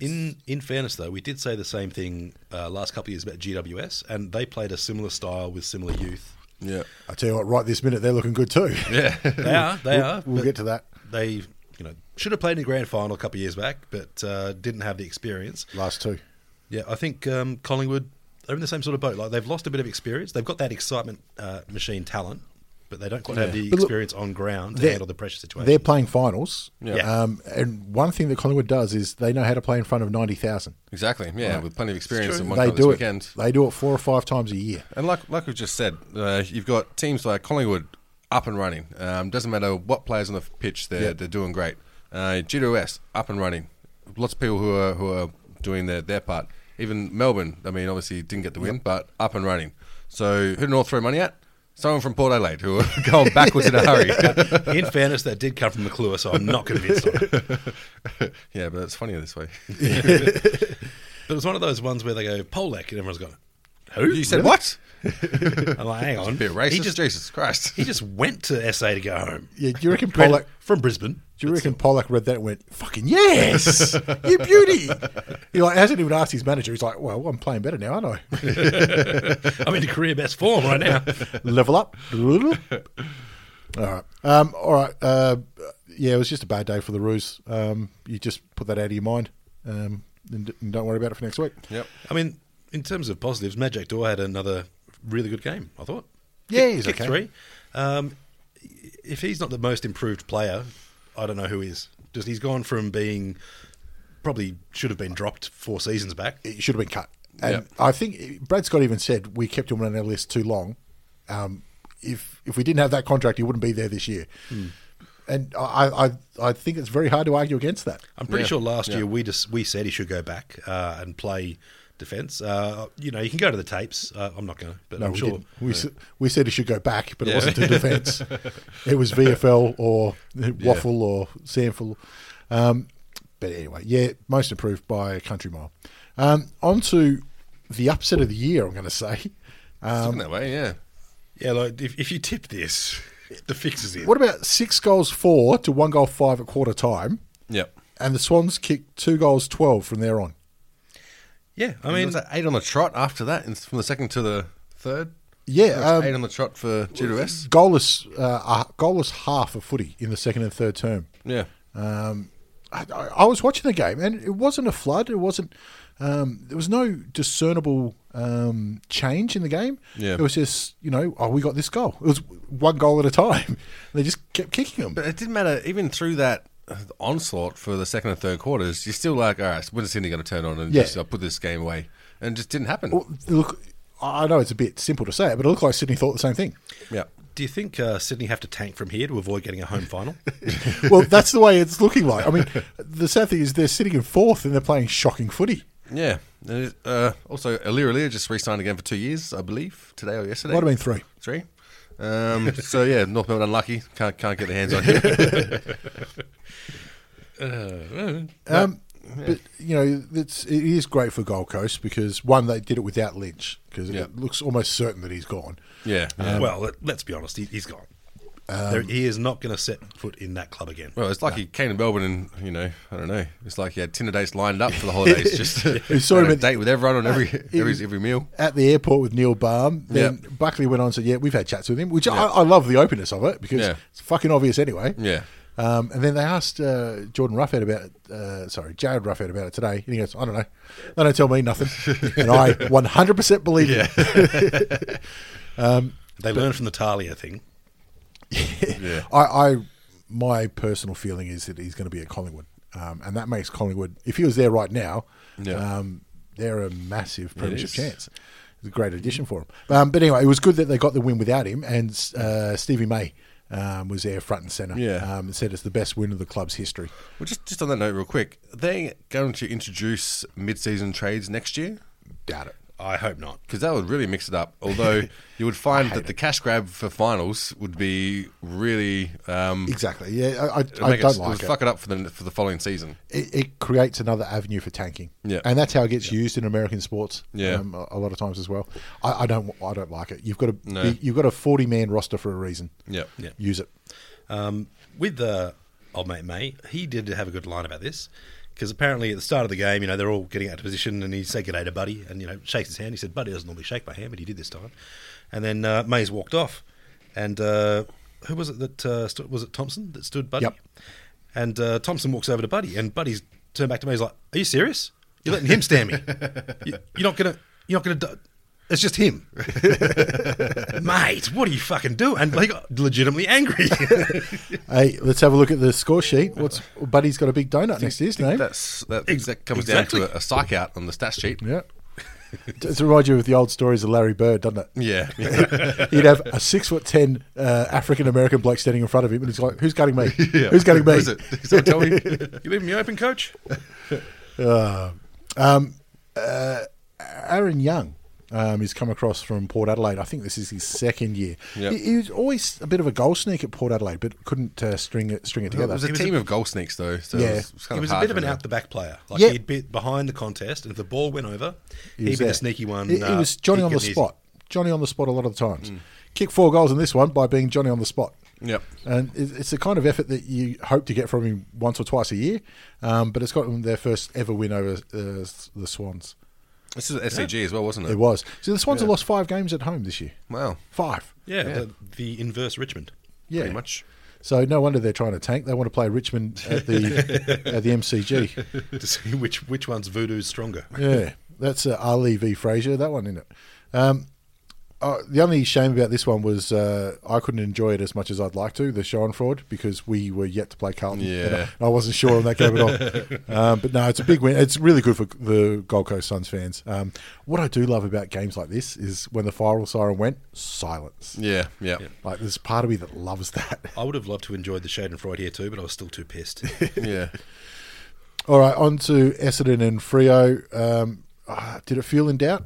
[SPEAKER 3] in, in in fairness, though, we did say the same thing uh, last couple of years about GWS, and they played a similar style with similar youth.
[SPEAKER 2] yeah.
[SPEAKER 1] I tell you what, right this minute, they're looking good too.
[SPEAKER 2] Yeah. [LAUGHS]
[SPEAKER 3] They are, they
[SPEAKER 1] We'll-
[SPEAKER 3] are.
[SPEAKER 1] We'll,
[SPEAKER 3] but
[SPEAKER 1] get to that
[SPEAKER 3] They, you know, should have played in the grand final a couple of years back, but uh, didn't have the experience.
[SPEAKER 1] last two.
[SPEAKER 3] Yeah, I think um, Collingwood are in the same sort of boat. Like they've lost a bit of experience. They've got that excitement uh, machine talent, but they don't quite have the
[SPEAKER 1] But look,
[SPEAKER 3] experience on ground to
[SPEAKER 1] they're-
[SPEAKER 3] handle the pressure situation.
[SPEAKER 1] They're playing finals.
[SPEAKER 3] Yeah.
[SPEAKER 1] Um, and one thing that Collingwood does is they know how to play in front of 90,000.
[SPEAKER 2] Exactly. Yeah, with plenty of experience in one
[SPEAKER 1] They
[SPEAKER 2] club this
[SPEAKER 1] do it.
[SPEAKER 2] weekend.
[SPEAKER 1] They do it four or five times a year.
[SPEAKER 2] And like like we've just said, uh, you've got teams like Collingwood up and running. Um, doesn't matter what players on the pitch, they're they're doing great. Uh, GWS up and running. Lots of people who are who are doing their, their part. Even Melbourne, I mean, obviously didn't get the win, but up and running. So who did North throw money at? Someone from Port Adelaide who are [LAUGHS] going backwards in a
[SPEAKER 3] [LAUGHS]
[SPEAKER 2] hurry.
[SPEAKER 3] in fairness, that did come from McClure, so I'm not convinced. on it.
[SPEAKER 2] [LAUGHS] yeah, but it's funnier this way.
[SPEAKER 3] But it's one of those ones where they go Polak, and everyone's gone.
[SPEAKER 2] Who? You said what?
[SPEAKER 3] I'm like, hang on,
[SPEAKER 2] Be a racist?
[SPEAKER 3] He just,
[SPEAKER 2] Jesus Christ.
[SPEAKER 3] he just went to SA to go home.
[SPEAKER 1] Yeah, do you reckon
[SPEAKER 3] Granted,
[SPEAKER 1] Pollack?
[SPEAKER 3] from Brisbane.
[SPEAKER 1] Do you reckon Pollack read that and went, "Fucking yes, you beauty"? He like hasn't even asked his manager. He's like, "Well, I'm playing better now, aren't I?"
[SPEAKER 3] I'm in career best form right now.
[SPEAKER 1] [LAUGHS] Level up. all right, um, all right. Uh, yeah, it was just a bad day for the Ruse. Um, you just put that out of your mind, um, and, d- and don't worry about it for next week.
[SPEAKER 2] [LAUGHS] Yep.
[SPEAKER 3] I mean, in terms of positives, Magic Door had another really good game. I thought.
[SPEAKER 1] Yeah,
[SPEAKER 3] Kick-
[SPEAKER 1] he's
[SPEAKER 3] kick
[SPEAKER 1] okay.
[SPEAKER 3] Three. Um, if he's not the most improved player, I don't know who is. Just he's gone from being probably should have been dropped four seasons back.
[SPEAKER 1] it should have been cut. And
[SPEAKER 2] Yeah.
[SPEAKER 1] I think Brad Scott even said we kept him on our list too long. Um, if if we didn't have that contract, he wouldn't be there this year. And I, I I think it's very hard to argue against that.
[SPEAKER 3] I'm pretty
[SPEAKER 2] Yeah,
[SPEAKER 3] sure last
[SPEAKER 2] yeah.
[SPEAKER 3] year we just we said he should go back uh, and play defence. Uh, you know, you can go to the tapes. Uh, I'm not going to, but
[SPEAKER 1] No,
[SPEAKER 3] I'm
[SPEAKER 1] we
[SPEAKER 3] sure.
[SPEAKER 1] didn't. We, s we said he should go back, but it
[SPEAKER 2] Yeah.
[SPEAKER 1] wasn't to
[SPEAKER 3] [LAUGHS]
[SPEAKER 1] defence. it was VFL or Waffle or Samful. Um, but anyway, yeah, most improved by a country mile. Um, on to the upset of the year, I'm going to say.
[SPEAKER 3] Um,
[SPEAKER 2] It's looking that way, yeah.
[SPEAKER 3] Yeah, like if, if you tip this, [LAUGHS] the fix is in.
[SPEAKER 1] What about six goals four to one goal five at quarter time?
[SPEAKER 2] Yep.
[SPEAKER 1] and the Swans kicked two goals, twelve from there on.
[SPEAKER 3] Yeah,
[SPEAKER 2] I
[SPEAKER 3] I
[SPEAKER 2] mean,
[SPEAKER 3] mean,
[SPEAKER 2] was that eight on the trot after that, and from the second to the third?
[SPEAKER 1] Yeah,
[SPEAKER 2] That was
[SPEAKER 1] um,
[SPEAKER 2] eight on the trot for GWS.
[SPEAKER 1] Goalless, uh, uh, goalless half of footy in the second and third term.
[SPEAKER 2] Yeah.
[SPEAKER 1] Um, I, I I was watching the game, and it wasn't a flood. It wasn't. Um, there was no discernible um, change in the game.
[SPEAKER 2] Yeah.
[SPEAKER 1] It was just you know, oh, we got this goal. It was one goal at a time. [LAUGHS] They just kept kicking them.
[SPEAKER 2] But it didn't matter. Even through that uh, onslaught for the second and third quarters, you're still like, all right, when's Sydney going to turn on and
[SPEAKER 1] Yeah.
[SPEAKER 2] just uh, put this game away? And it just didn't happen.
[SPEAKER 1] Well, look, I know it's a bit simple to say it, but it looked like Sydney thought the same
[SPEAKER 2] [LAUGHS]
[SPEAKER 1] thing.
[SPEAKER 2] yeah.
[SPEAKER 3] Do you think uh, Sydney have to tank from here to avoid getting a home final?
[SPEAKER 1] well, that's the way it's looking like. I mean, the sad thing is they're sitting in fourth and they're playing shocking footy.
[SPEAKER 2] Yeah. And it- uh, also, Alir Alir just re signed again for two years, I believe, today or yesterday.
[SPEAKER 1] Might have been three.
[SPEAKER 2] Three. Um, [LAUGHS] so, yeah, North Melbourne unlucky. Can't, can't get their hands on him.
[SPEAKER 1] Um, But you know, it's, it is great for Gold Coast because one, they did it without Lynch because
[SPEAKER 2] Yeah.
[SPEAKER 1] it looks almost certain that he's gone.
[SPEAKER 2] yeah. yeah.
[SPEAKER 3] Uh, well, let, let's be honest, he, he's gone. There- he is not going to set foot in that club again.
[SPEAKER 2] Well, it's like he came to Melbourne and, you know, I don't know. It's like he had Tinder dates lined up for
[SPEAKER 1] [LAUGHS]
[SPEAKER 2] the holidays. Just [LAUGHS]
[SPEAKER 1] We saw
[SPEAKER 2] had
[SPEAKER 1] him
[SPEAKER 2] a
[SPEAKER 1] at-
[SPEAKER 2] date with everyone
[SPEAKER 1] [LAUGHS]
[SPEAKER 2] on every,
[SPEAKER 1] He-
[SPEAKER 2] every, every meal.
[SPEAKER 1] At the airport with Neil Baum, then
[SPEAKER 2] Yeah.
[SPEAKER 1] Buckley went on and said, "Yeah, we've had chats with him," which I, I love the openness of it because
[SPEAKER 2] Yeah.
[SPEAKER 1] it's fucking obvious anyway.
[SPEAKER 2] Yeah.
[SPEAKER 1] Um, and then they asked uh, Jordan Ruffhead about it, uh, sorry, Jared Ruffhead about it today. And he goes, I don't know. They don't tell me
[SPEAKER 2] [LAUGHS]
[SPEAKER 1] nothing. and I 100% believe it.
[SPEAKER 3] They learned from the Talia thing.
[SPEAKER 1] [LAUGHS]
[SPEAKER 2] Yeah.
[SPEAKER 1] I, I, my personal feeling is that he's going to be at Collingwood. Um, and that makes Collingwood, if he was there right now,
[SPEAKER 2] Yeah.
[SPEAKER 1] um, they're a massive premiership
[SPEAKER 2] is.
[SPEAKER 1] chance. It's a great addition for him. Um, but anyway, it was good that they got the win without him. And uh, Stevie May um, was there front and centre.
[SPEAKER 2] Yeah.
[SPEAKER 1] Um, and said it's the best win of the club's history.
[SPEAKER 2] Well, just just on that note, real quick, are they going to introduce mid-season trades next year
[SPEAKER 1] Doubt it.
[SPEAKER 3] I hope not.
[SPEAKER 2] because that would really mix it up.
[SPEAKER 1] [LAUGHS]
[SPEAKER 2] Although you would find that the cash grab for finals would be really um,
[SPEAKER 1] Exactly. Yeah, I, I,
[SPEAKER 2] it'd
[SPEAKER 1] I
[SPEAKER 2] make
[SPEAKER 1] don't
[SPEAKER 2] it,
[SPEAKER 1] like
[SPEAKER 2] would
[SPEAKER 1] it.
[SPEAKER 2] fuck it up for the for the following season.
[SPEAKER 1] it, it creates another avenue for tanking.
[SPEAKER 2] Yeah.
[SPEAKER 1] and that's how it gets used in American sports.
[SPEAKER 2] Yeah.
[SPEAKER 1] um, a, a lot of times as well. I, I don't, I don't like it. You've got a,
[SPEAKER 2] No.
[SPEAKER 1] you, have got a forty-man roster for a reason.
[SPEAKER 2] Yeah.
[SPEAKER 3] Yeah.
[SPEAKER 1] use it.
[SPEAKER 3] Um, with uh, old mate May, he did have a good line about this because apparently at the start of the game, you know, they're all getting out of position and he said good day to Buddy and, you know, shakes his hand. He said, Buddy doesn't normally shake my hand, but he did this time. And then uh, May's walked off. And uh, who was it that uh, stood? Was it Thompson that stood Buddy?
[SPEAKER 1] Yep.
[SPEAKER 3] And uh, Thompson walks over to Buddy and Buddy's turned back to May. He's like, Are you serious? You're letting him stand me. You- You're not going to, you're not going to. It's just him, [LAUGHS] mate. What are you fucking doing? And he got legitimately angry. [LAUGHS]
[SPEAKER 1] Hey, let's have a look at the score sheet.
[SPEAKER 2] [LAUGHS]
[SPEAKER 1] What's Buddy's got a big donut next to his name.
[SPEAKER 2] That's that,
[SPEAKER 3] Ex-
[SPEAKER 2] that comes
[SPEAKER 3] exactly.
[SPEAKER 2] down to a, a psych out on the stat sheet.
[SPEAKER 1] Yeah, [LAUGHS] does remind you of the old stories of Larry Bird, doesn't it? [LAUGHS]
[SPEAKER 2] Yeah.
[SPEAKER 1] He'd have a six foot ten uh, African American bloke standing in front of him, and he's like, "Who's cutting
[SPEAKER 2] [LAUGHS]
[SPEAKER 1] me? Who's cutting me?"
[SPEAKER 2] Who is it? Someone
[SPEAKER 1] [LAUGHS]
[SPEAKER 2] tell me.
[SPEAKER 3] You leaving me open, coach?
[SPEAKER 1] Aaron Young um, has come across from Port Adelaide. I think this is his second year.
[SPEAKER 2] Yep.
[SPEAKER 1] He, he was always a bit of a goal sneak at Port Adelaide, but couldn't uh, string it string it
[SPEAKER 2] It
[SPEAKER 1] together.
[SPEAKER 2] was a team of goal sneaks though. So
[SPEAKER 1] Yeah.
[SPEAKER 2] it was, it was kind
[SPEAKER 3] He
[SPEAKER 2] of
[SPEAKER 3] was a
[SPEAKER 2] hard
[SPEAKER 3] bit
[SPEAKER 2] for
[SPEAKER 3] of an
[SPEAKER 2] them.
[SPEAKER 3] out the back player. Like
[SPEAKER 1] Yeah.
[SPEAKER 3] he'd be behind the contest, and if the ball went over,
[SPEAKER 1] He
[SPEAKER 3] he'd
[SPEAKER 1] was
[SPEAKER 3] be
[SPEAKER 1] there.
[SPEAKER 3] the sneaky one.
[SPEAKER 1] He, he
[SPEAKER 3] uh,
[SPEAKER 1] was Johnny
[SPEAKER 3] he'd
[SPEAKER 1] on
[SPEAKER 3] get
[SPEAKER 1] the
[SPEAKER 3] an easy-
[SPEAKER 1] spot. Johnny on the spot a lot of the times. Kick four goals in this one by being Johnny on the spot.
[SPEAKER 2] Mm. Yep.
[SPEAKER 1] And it- it's the kind of effort that you hope to get from him once or twice a year, um, but it's got them their first ever win over uh, the Swans.
[SPEAKER 2] This is SCG as well, wasn't it?
[SPEAKER 1] It was. So the Swans have lost five games at home this year.
[SPEAKER 2] Wow.
[SPEAKER 1] Five.
[SPEAKER 3] Yeah, The, the inverse Richmond. [LAUGHS]
[SPEAKER 1] Yeah.
[SPEAKER 2] Pretty much.
[SPEAKER 1] So no wonder they're trying to tank. They want to play Richmond at
[SPEAKER 2] [LAUGHS]
[SPEAKER 1] the at the MCG.
[SPEAKER 3] to see which which one's voodoo's stronger.
[SPEAKER 1] Yeah, that's uh, Ali v Frazier. That one, isn't it? Um, uh, the only shame about this one was uh, I couldn't enjoy it as much as I'd like to. The Sharon fraud because we were yet to play Carlton.
[SPEAKER 2] Yeah.
[SPEAKER 1] and I, and I wasn't sure on that game
[SPEAKER 2] [LAUGHS]
[SPEAKER 1] at all. Um, but no, it's a big win. It's really good for the Gold Coast Suns fans. Um, what I do love about games like this is when the viral siren went, silence.
[SPEAKER 2] Yeah. Yeah.
[SPEAKER 1] Like there's part of me that loves that.
[SPEAKER 3] I would have loved to enjoy the Shade and Freud here too, but I was still
[SPEAKER 1] [LAUGHS]
[SPEAKER 3] too pissed. [LAUGHS]
[SPEAKER 2] yeah.
[SPEAKER 1] All right, on to Essendon and Frio. Um, ah, did it feel in doubt?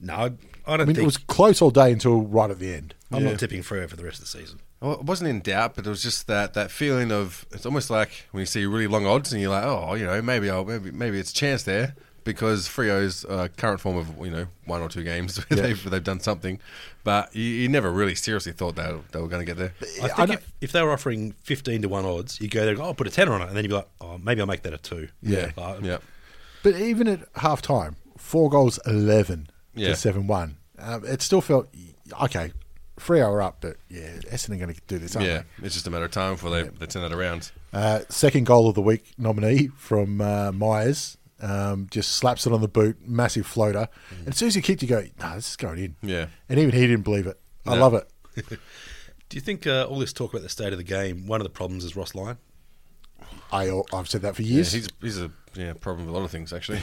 [SPEAKER 3] no, I, I don't
[SPEAKER 1] I mean,
[SPEAKER 3] think
[SPEAKER 1] it was close all day until right at the end.
[SPEAKER 3] I'm not tipping Freo for the rest of the season.
[SPEAKER 2] Well, it wasn't in doubt, but it was just that, that feeling of it's almost like when you see really long odds and you're like, oh, you know, maybe I'll, maybe maybe it's chance there because Frio's uh, current form of you know one or two games [LAUGHS] where they've they've done something, but you, you never really seriously thought that they were going to get there.
[SPEAKER 3] I think if, if they were offering fifteen to one odds, you would go there and go, "Oh, I'll put a tenner on it," and then you'd be like, "Oh, maybe I'll make that a two.
[SPEAKER 1] Yeah.
[SPEAKER 3] Uh,
[SPEAKER 2] Yeah,
[SPEAKER 1] But even at half time, four goals, 11
[SPEAKER 2] Yeah.
[SPEAKER 1] to 7 1. Um, it still felt, okay, Freo are up, but yeah, Essendon are going to do this, aren't
[SPEAKER 2] Yeah,
[SPEAKER 1] they?
[SPEAKER 2] it's just a matter of time before they, they turn that around.
[SPEAKER 1] Uh, second goal of the week nominee from uh, Myers. Um, just slaps it on the boot, massive floater. And as soon as he kicked, you go, nah, this is going in.
[SPEAKER 2] Mm. Yeah.
[SPEAKER 1] And even he didn't believe it. I
[SPEAKER 2] No.
[SPEAKER 1] love it.
[SPEAKER 3] Do you think uh, all this talk about the state of the game? One of the problems is Ross Lyon.
[SPEAKER 1] I, I've said that for
[SPEAKER 2] Yeah,
[SPEAKER 1] years.
[SPEAKER 2] he's, he's a yeah, problem with a lot of things, actually.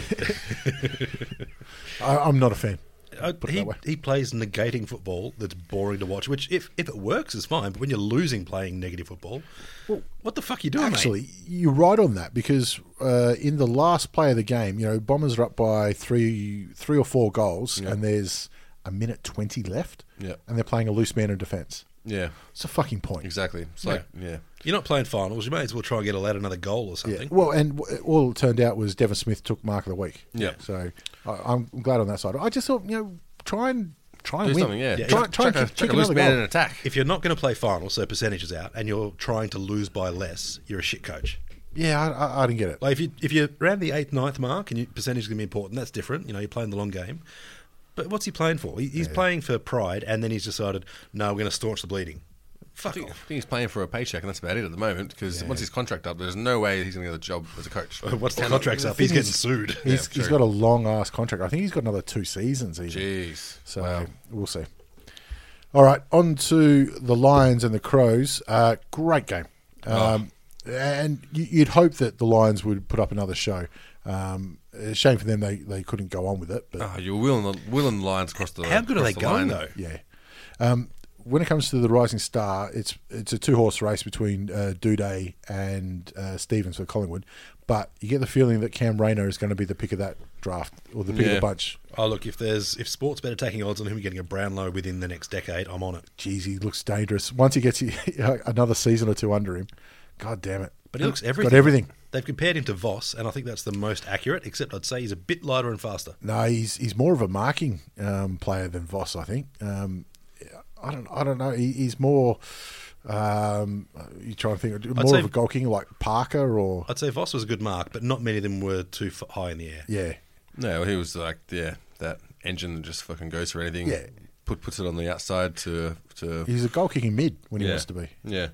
[SPEAKER 1] I, I'm not a fan.
[SPEAKER 3] Uh,
[SPEAKER 1] Put it
[SPEAKER 3] he,
[SPEAKER 1] that way.
[SPEAKER 3] he plays negating football that's boring to watch. Which, if, if it works, is fine. But when you're losing playing negative football, well, what the fuck are you doing? mate?
[SPEAKER 1] Actually, you're right on that because uh, in the last play of the game, you know, Bombers are up by three, three or four goals, and there's a minute twenty left,
[SPEAKER 2] Yeah.
[SPEAKER 1] and they're playing a loose man in defence.
[SPEAKER 2] yeah,
[SPEAKER 1] It's a fucking point.
[SPEAKER 2] exactly. It's like, yeah.
[SPEAKER 3] you're not playing finals. You may as well try and get allowed another goal or
[SPEAKER 1] Yeah.
[SPEAKER 3] something.
[SPEAKER 1] Well, and w- all it turned out was Devin Smith took mark of the week.
[SPEAKER 2] Yeah.
[SPEAKER 1] So I, I'm glad on that side. I just thought, you know, try and try and
[SPEAKER 2] Do
[SPEAKER 1] win.
[SPEAKER 2] something, yeah.
[SPEAKER 1] Try, try and
[SPEAKER 2] chuck
[SPEAKER 1] kick,
[SPEAKER 2] a, chuck
[SPEAKER 1] kick
[SPEAKER 2] a loose
[SPEAKER 1] another
[SPEAKER 2] man in
[SPEAKER 1] goal.
[SPEAKER 2] an attack.
[SPEAKER 3] If you're not going to play finals, so percentages out, and you're trying to lose by less, you're a shit coach.
[SPEAKER 1] Yeah, I, I, I didn't get it.
[SPEAKER 3] Like if you if you're around the eighth, ninth mark, and your percentage is going to be important, that's different. You know, you're playing the long game. But what's he playing for? He, he's playing for pride, and then he's decided, no, we're going to staunch the bleeding.
[SPEAKER 2] I
[SPEAKER 3] Fuck
[SPEAKER 2] think, I
[SPEAKER 3] off. [LAUGHS]
[SPEAKER 2] think he's playing for a paycheck, and that's about it at the moment. Because once his contract up, there's no way he's going to get a job as a coach.
[SPEAKER 3] Once the
[SPEAKER 2] Or
[SPEAKER 3] contract's
[SPEAKER 2] not.
[SPEAKER 3] up, he's getting sued.
[SPEAKER 1] He's,
[SPEAKER 2] Yeah,
[SPEAKER 1] he's
[SPEAKER 2] true.
[SPEAKER 1] got a long ass contract. I think he's got another two seasons. Even.
[SPEAKER 2] Jeez.
[SPEAKER 1] So
[SPEAKER 2] Wow.
[SPEAKER 1] we'll see. All right, on to the Lions and the Crows. Uh, great game.
[SPEAKER 2] Oh.
[SPEAKER 1] Um, And you- you'd hope that the Lions would put up another show. Um, it's a shame for them they, they couldn't go on with it. But
[SPEAKER 2] Ah, you're willing the, willing the Lions across the
[SPEAKER 3] How good are
[SPEAKER 2] across
[SPEAKER 3] they
[SPEAKER 2] the line.
[SPEAKER 3] going though?
[SPEAKER 1] yeah, um, when it comes to the Rising Star, it's it's a two horse race between uh, Duday and uh, Stevens for Collingwood. But you get the feeling that Cam Rayner is going to be the pick of that draft or the pick of
[SPEAKER 2] Yeah.
[SPEAKER 1] the bunch.
[SPEAKER 3] Oh look, if there's if sports better taking odds on him getting a Brownlow within the next decade, I'm on it.
[SPEAKER 1] Jeez, he looks dangerous. Once he gets [LAUGHS] another season or two under him, god damn it.
[SPEAKER 3] But he looks everything.
[SPEAKER 1] Got everything.
[SPEAKER 3] They've compared him to Voss, and I think that's the most accurate. Except I'd say he's a bit lighter and faster.
[SPEAKER 1] No, he's he's more of a marking um, player than Voss, I think. Um, I don't I don't know. He, he's more. Um, you trying to think more
[SPEAKER 3] say-
[SPEAKER 1] of a goal king like Parker or
[SPEAKER 3] I'd say Voss was a good mark, but not many of them were too f- high in the air.
[SPEAKER 1] yeah.
[SPEAKER 2] No, he was like yeah, that engine that just fucking goes for anything.
[SPEAKER 1] Yeah.
[SPEAKER 2] Put puts it on the outside to to
[SPEAKER 1] He's a goal kicking mid when he wants to be.
[SPEAKER 2] Yeah,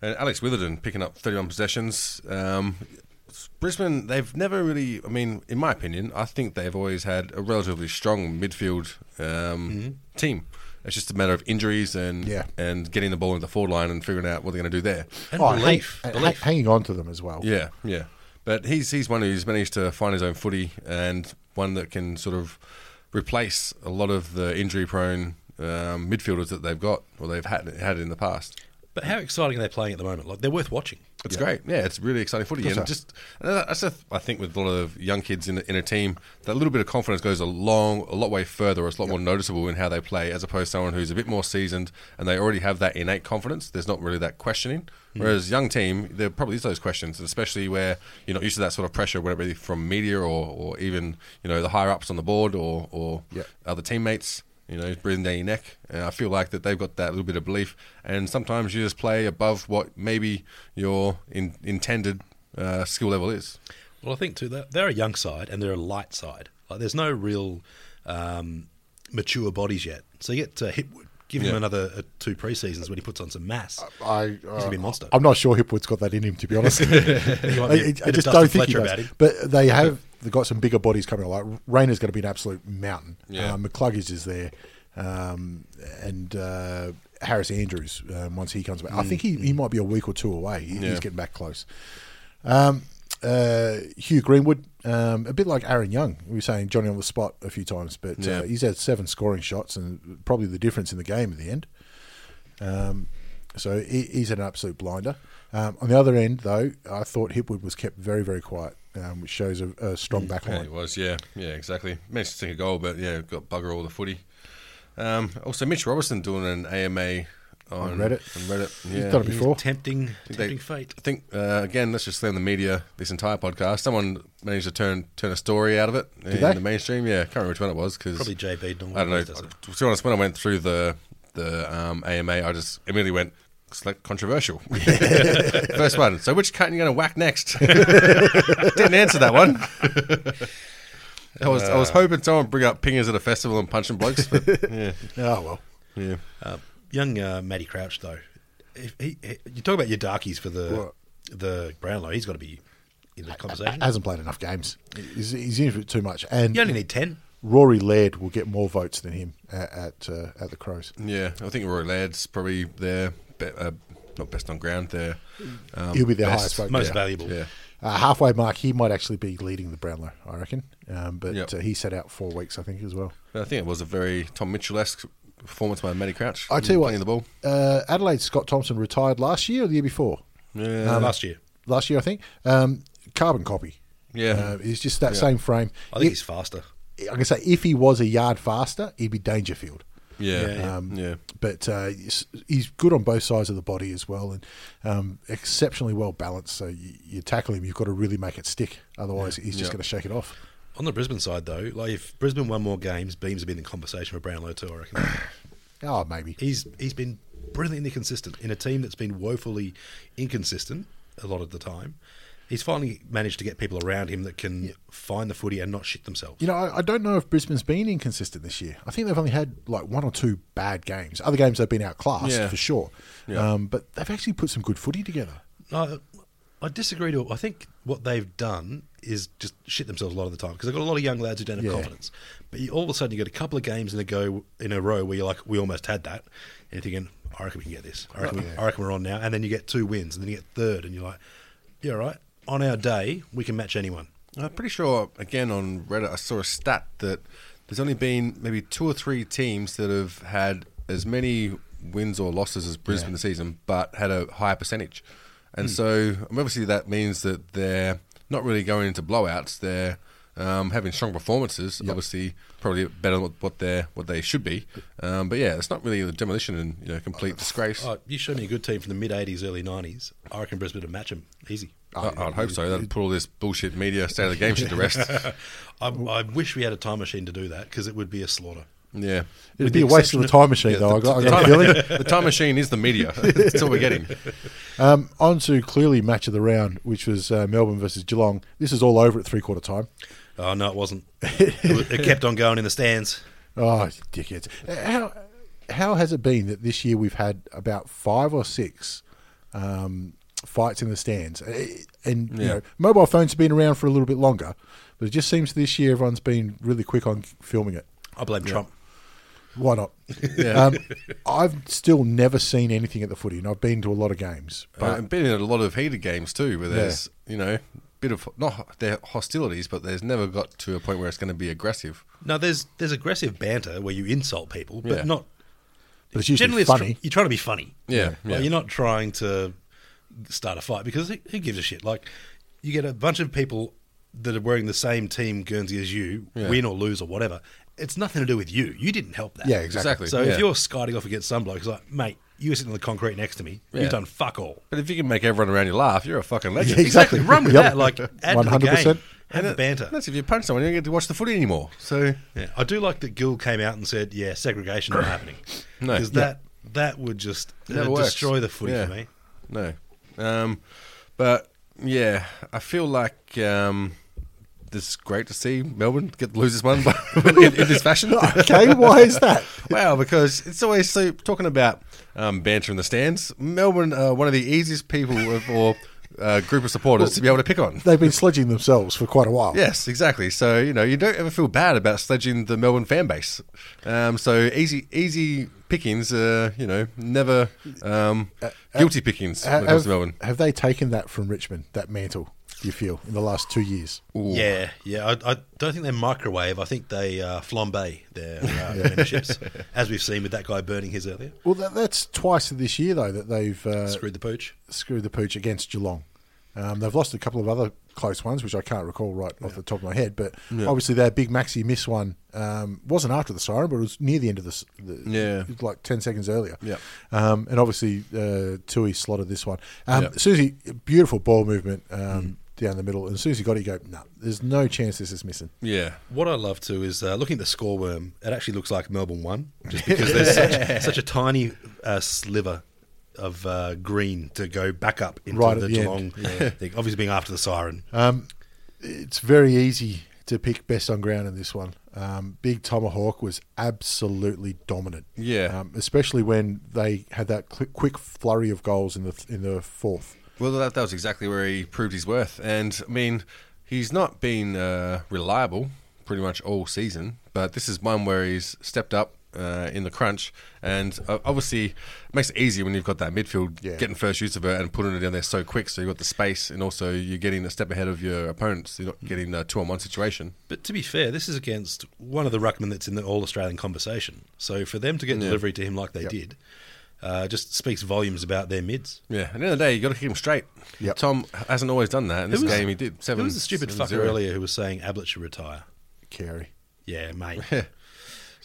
[SPEAKER 2] and Alex Witherden picking up 31 possessions. Um, Brisbane, they've never really. I mean, in my opinion, I think they've always had a relatively strong midfield um, team. It's just a matter of injuries and
[SPEAKER 1] Mm-hmm. Yeah.
[SPEAKER 2] and getting the ball into the forward line and figuring out what they're going to do there.
[SPEAKER 3] And
[SPEAKER 1] Oh, hang-
[SPEAKER 3] belief,
[SPEAKER 1] and ha-
[SPEAKER 3] belief.
[SPEAKER 1] hanging on to them as well.
[SPEAKER 2] Yeah, yeah. But he's he's one who's managed to find his own footy and one that can sort of replace a lot of the injury prone um, midfielders that they've got or they've had had in the past.
[SPEAKER 3] But how exciting are they playing at the moment? Like they're worth watching.
[SPEAKER 2] It's great. Yeah, it's really exciting footy. And just and that- that's a th- I think with a lot of young kids in a, in a team, that little bit of confidence goes a long, a lot way further. It's a lot more noticeable in how they play as opposed to someone who's a bit more seasoned and they already have that innate confidence. There's not really that questioning. Whereas young team, there probably is those questions, and especially where you're not used to that sort of pressure, whether it be from media or, or even you know the higher ups on the board or or
[SPEAKER 1] Yep.
[SPEAKER 2] other teammates. You know, breathing down your neck. And I feel like that they've got that little bit of belief. And sometimes you just play above what maybe your in, intended uh, skill level is.
[SPEAKER 3] Well, I think too they're, they're a young side and they're a light side. Like there's no real um, mature bodies yet. So you get to Hipwood, give him
[SPEAKER 2] Yeah.
[SPEAKER 3] another uh, two pre-seasons when he puts on some mass.
[SPEAKER 1] I, uh,
[SPEAKER 3] gonna be a monster.
[SPEAKER 1] I'm not sure Hipwood's got that in him, to be honest.
[SPEAKER 3] [LAUGHS] He might
[SPEAKER 1] I,
[SPEAKER 3] be a
[SPEAKER 1] I
[SPEAKER 3] bit of
[SPEAKER 1] just
[SPEAKER 3] Dustin
[SPEAKER 1] don't think he
[SPEAKER 3] Fletcher
[SPEAKER 1] does.
[SPEAKER 3] about him.
[SPEAKER 1] But they have they've got some bigger bodies coming. Like Rayner's going to be an absolute mountain.
[SPEAKER 2] Yeah.
[SPEAKER 1] Um, McCluggage is there, um, and uh, Harris Andrews. Um, once he comes back,
[SPEAKER 3] Mm,
[SPEAKER 1] I think he, he might be a week or two away. He-
[SPEAKER 2] Yeah.
[SPEAKER 1] He's getting back close. Um, uh, Hugh Greenwood, um, a bit like Aaron Young. We were saying Johnny on the spot a few times, but
[SPEAKER 2] Yeah.
[SPEAKER 1] uh, he's had seven scoring shots and probably the difference in the game at the end. Um, so he, he's an absolute blinder. Um, on the other end, though, I thought Hipwood was kept very, very quiet, um, which shows a, a strong back
[SPEAKER 2] Yeah,
[SPEAKER 1] line.
[SPEAKER 2] it was, yeah. Yeah, exactly. Managed to sink a goal, but yeah, got bugger all the footy. Um, also, Mitch Robertson doing an AMA on,
[SPEAKER 1] On Reddit.
[SPEAKER 2] On Reddit.
[SPEAKER 1] He's
[SPEAKER 2] Yeah.
[SPEAKER 1] done it
[SPEAKER 3] He's
[SPEAKER 1] before.
[SPEAKER 3] tempting,
[SPEAKER 2] think
[SPEAKER 3] tempting
[SPEAKER 2] they-
[SPEAKER 3] fate.
[SPEAKER 2] I think uh, again, let's just slam the media this entire podcast. Someone managed to turn turn a story out of it in
[SPEAKER 1] they?
[SPEAKER 2] the mainstream. Yeah, I can't remember which one it was because
[SPEAKER 3] Probably JB normally
[SPEAKER 2] I don't know.
[SPEAKER 3] does it.
[SPEAKER 2] To be honest, when I went through the the um, AMA, I just immediately went. Select controversial. [LAUGHS] First one. So, which cunt are you going to whack next? [LAUGHS] Didn't answer that one. I was I was hoping someone would bring up pingers at a festival and punching blokes. But
[SPEAKER 1] Oh, well.
[SPEAKER 2] yeah,
[SPEAKER 3] Uh, young uh, Matty Crouch though. If he, he- you talk about your darkies for the
[SPEAKER 1] Well-
[SPEAKER 3] the Brownlow. He's got to be in the conversation.
[SPEAKER 1] Hasn't played enough games. He's, he's in for it too much. And
[SPEAKER 3] you only need ten.
[SPEAKER 1] Rory Laird will get more votes than him at at, uh, at the Crows.
[SPEAKER 2] [LAUGHS] Yeah, I think Roy Ladd's probably there. Be, uh, not best on ground there. Um,
[SPEAKER 1] He'll be their
[SPEAKER 2] best-
[SPEAKER 1] highest vote.
[SPEAKER 3] Most
[SPEAKER 1] getter.
[SPEAKER 3] valuable.
[SPEAKER 2] Yeah.
[SPEAKER 1] Uh, halfway mark, he might actually be leading the Brownlow, I reckon. Um, but
[SPEAKER 2] Yep.
[SPEAKER 1] uh, he set out four weeks, I think, as well.
[SPEAKER 2] I think it was a very Tom Mitchell esque performance by Matty Crouch.
[SPEAKER 1] I tell you what,
[SPEAKER 2] Playing the ball.
[SPEAKER 1] Uh, Adelaide Scott Thompson retired last year or the year before?
[SPEAKER 2] Yeah.
[SPEAKER 3] Uh, last year,
[SPEAKER 1] Last year, I think. Um, carbon copy.
[SPEAKER 2] Yeah.
[SPEAKER 1] Uh, he's just that same frame.
[SPEAKER 3] I think
[SPEAKER 1] If-
[SPEAKER 3] he's faster.
[SPEAKER 1] I can say if he was a yard faster, he'd be Dangerfield.
[SPEAKER 2] yeah.
[SPEAKER 3] yeah,
[SPEAKER 2] Yeah.
[SPEAKER 3] yeah.
[SPEAKER 1] Um, But uh, he's he's good on both sides of the body as well, and um, exceptionally well balanced. So you, you tackle him, you've got to really make it stick. Otherwise, he's just
[SPEAKER 2] Yeah.
[SPEAKER 1] going to shake it off.
[SPEAKER 3] On the Brisbane side though, like if Brisbane won more games, Beams have been in conversation with Brownlow too. I reckon
[SPEAKER 1] Oh, maybe.
[SPEAKER 3] he's he's been brilliantly consistent in a team that's been woefully inconsistent a lot of the time. He's finally managed to get people around him that can find the footy and not shit themselves.
[SPEAKER 1] You know, I, I don't know if Brisbane's been inconsistent this year. I think they've only had like one or two bad games. Other games they've been outclassed
[SPEAKER 2] Yeah.
[SPEAKER 1] for sure.
[SPEAKER 2] Yeah.
[SPEAKER 1] Um, but they've actually put some good footy together.
[SPEAKER 3] I, I disagree. To I think what they've done is just shit themselves a lot of the time because they've got a lot of young lads who don't have
[SPEAKER 1] Yeah.
[SPEAKER 3] confidence. But you, all of a sudden, you get a couple of games in a go in a row where you're like, we almost had that, and you're thinking, I reckon we can get this. I reckon, we, I reckon we're on now. And then you get two wins, and then you get third, and you're like, yeah, all right. On our day, we can match anyone.
[SPEAKER 2] I'm pretty sure, again, on Reddit, I saw a stat that there's only been maybe two or three teams that have had as many wins or losses as Brisbane this season, but had a higher percentage. And so, um, obviously, that means that they're not really going into blowouts. They're um, having strong performances, obviously, probably better than what they're what they should be. Um, but yeah, it's not really a demolition and you know complete disgrace.
[SPEAKER 3] Oh, you showed me a good team from the mid '80s, early '90s. I reckon Brisbane would match them easy.
[SPEAKER 2] I, I'd hope so. That'd put all this bullshit media state of the game shit to rest.
[SPEAKER 3] I, I wish we had a time machine to do that because it would be a slaughter.
[SPEAKER 2] Yeah.
[SPEAKER 1] It'd
[SPEAKER 3] With
[SPEAKER 1] be
[SPEAKER 3] the
[SPEAKER 1] a waste of the
[SPEAKER 3] exception
[SPEAKER 1] time machine, though. I got, I
[SPEAKER 2] The
[SPEAKER 1] got
[SPEAKER 2] time,
[SPEAKER 1] a feeling.
[SPEAKER 2] [LAUGHS] the time machine is the media. [LAUGHS] That's all we're getting.
[SPEAKER 1] Um, on to clearly match of the round, which was uh, Melbourne versus Geelong. This is all over at three quarter time.
[SPEAKER 3] Oh no, it wasn't. It, was- it kept on going in the stands.
[SPEAKER 1] Oh, dickheads! How how has it been that this year we've had about five or six um, fights in the stands? Eh, And you know, mobile phones have been around for a little bit longer, but it just seems this year everyone's been really quick on filming it.
[SPEAKER 3] I blame Trump.
[SPEAKER 1] Why not?
[SPEAKER 2] Yeah.
[SPEAKER 1] Um, I've still never seen anything at the footy, and I've been to a lot of games.
[SPEAKER 2] But
[SPEAKER 1] But
[SPEAKER 2] I've been in a lot of heated games too, where there's you know bit of not their hostilities, but there's never got to a point where it's going to be aggressive.
[SPEAKER 3] No, there's there's aggressive banter where you insult people, but
[SPEAKER 2] Yeah.
[SPEAKER 3] not
[SPEAKER 1] but it's usually
[SPEAKER 3] generally.
[SPEAKER 1] funny.
[SPEAKER 3] It's tr- you're trying to be funny.
[SPEAKER 2] Yeah,
[SPEAKER 3] Like,
[SPEAKER 2] yeah.
[SPEAKER 3] you're not trying to start a fight because who, who gives a shit? Like, you get a bunch of people that are wearing the same team Guernsey as you,
[SPEAKER 2] Yeah.
[SPEAKER 3] win or lose or whatever. It's nothing to do with you. You didn't help that.
[SPEAKER 1] yeah, exactly.
[SPEAKER 2] Exactly.
[SPEAKER 3] So
[SPEAKER 2] yeah.
[SPEAKER 3] if you're skiting off against some bloke, it's like, mate, you were sitting on the concrete next to me.
[SPEAKER 2] Yeah.
[SPEAKER 3] You've done fuck all.
[SPEAKER 2] but if you can make everyone around you laugh, you're a fucking legend.
[SPEAKER 3] [LAUGHS]
[SPEAKER 1] Yeah, [LAUGHS] exactly.
[SPEAKER 3] Exactly. Run with
[SPEAKER 1] Yep.
[SPEAKER 3] that. Like, add to the
[SPEAKER 1] 100%.
[SPEAKER 3] game. Have the banter.
[SPEAKER 2] That's if you punch someone, you don't get to watch the footy anymore. So
[SPEAKER 3] Yeah, I do like that Gill came out and said, "Yeah, segregation not happening."
[SPEAKER 2] No.
[SPEAKER 3] because that that would just
[SPEAKER 2] It
[SPEAKER 3] it would
[SPEAKER 2] never works.
[SPEAKER 3] destroy the footy
[SPEAKER 2] Yeah.
[SPEAKER 3] for me.
[SPEAKER 2] No. Um, but yeah, I feel like um, this is great to see Melbourne get lose this one but [LAUGHS] in, in this fashion.
[SPEAKER 1] [LAUGHS] okay, why is
[SPEAKER 2] [LAUGHS]
[SPEAKER 1] that?
[SPEAKER 2] Wow, because it's always so talking about um, banter in the stands. Melbourne are one of the easiest people of- or uh, group of supporters to be able to pick on.
[SPEAKER 1] They've been sledging themselves for quite a while.
[SPEAKER 2] Yes, exactly. So you know you don't ever feel bad about sledging the Melbourne fan base. Um, so easy, easy pickings. Uh, you know, never um, guilty pickings when it comes
[SPEAKER 1] uh, Have,
[SPEAKER 2] to Melbourne.
[SPEAKER 1] have they taken that from Richmond, that mantle, do you feel, in the last two years?
[SPEAKER 3] Yeah, yeah. I, I don't think they microwave. I think they uh, flambe their uh, memberships, as we've seen with that guy burning his earlier.
[SPEAKER 1] Well, that, that's twice this year, though, that they've uh,
[SPEAKER 3] Screwed the pooch.
[SPEAKER 1] screwed the pooch against Geelong. Um, they've lost a couple of other close ones, which I can't recall right off the top of my head. But obviously, their big maxi miss one um, wasn't after the siren, but it was near the end of the, s- the
[SPEAKER 2] Yeah.
[SPEAKER 1] it was like ten seconds earlier.
[SPEAKER 2] Yeah.
[SPEAKER 1] um, and obviously uh, Tui slotted this one. Um,
[SPEAKER 2] Yeah. Mm.
[SPEAKER 1] Susie, beautiful ball movement um, down the middle, and Susie got it. You go, no, there's no chance this is missing.
[SPEAKER 2] Yeah,
[SPEAKER 3] What I love too is uh, looking at the scoreworm. It actually looks like Melbourne won, just because there's such, such a tiny uh, sliver of uh, green to go back up into
[SPEAKER 1] Right at
[SPEAKER 3] the,
[SPEAKER 1] the end.
[SPEAKER 3] Geelong thing. Obviously, being after the siren.
[SPEAKER 1] It's very easy to pick best on ground in this one. Um, Big Tomahawk was absolutely dominant.
[SPEAKER 2] Yeah.
[SPEAKER 1] um, especially when they had that cl- quick flurry of goals in the in the fourth.
[SPEAKER 2] Well, that, that was exactly where he proved his worth. And I mean, he's not been uh, reliable pretty much all season, but this is one where he's stepped up. Uh, in the crunch, and uh, obviously it makes it easier when you've got that midfield
[SPEAKER 1] Yeah.
[SPEAKER 2] getting first use of it and putting it down there so quick. So you've got the space, and also you're getting a step ahead of your opponents. You're
[SPEAKER 1] Mm.
[SPEAKER 2] not getting a two-on-one situation.
[SPEAKER 3] But to be fair, this is against one of the ruckmen that's in the All Australian conversation. So for them to get delivery to him like they did, uh, just speaks volumes about their mids.
[SPEAKER 2] Yeah, at the end of the day, you got to keep him straight.
[SPEAKER 1] Yep.
[SPEAKER 2] Tom hasn't always done that. In this
[SPEAKER 3] Who was-
[SPEAKER 2] game, he did. Seven,
[SPEAKER 3] Who was the stupid
[SPEAKER 2] seven
[SPEAKER 3] fucker
[SPEAKER 2] zero.
[SPEAKER 3] earlier who was saying Ablett should retire?
[SPEAKER 1] Carey.
[SPEAKER 2] [LAUGHS]
[SPEAKER 3] Yeah, mate.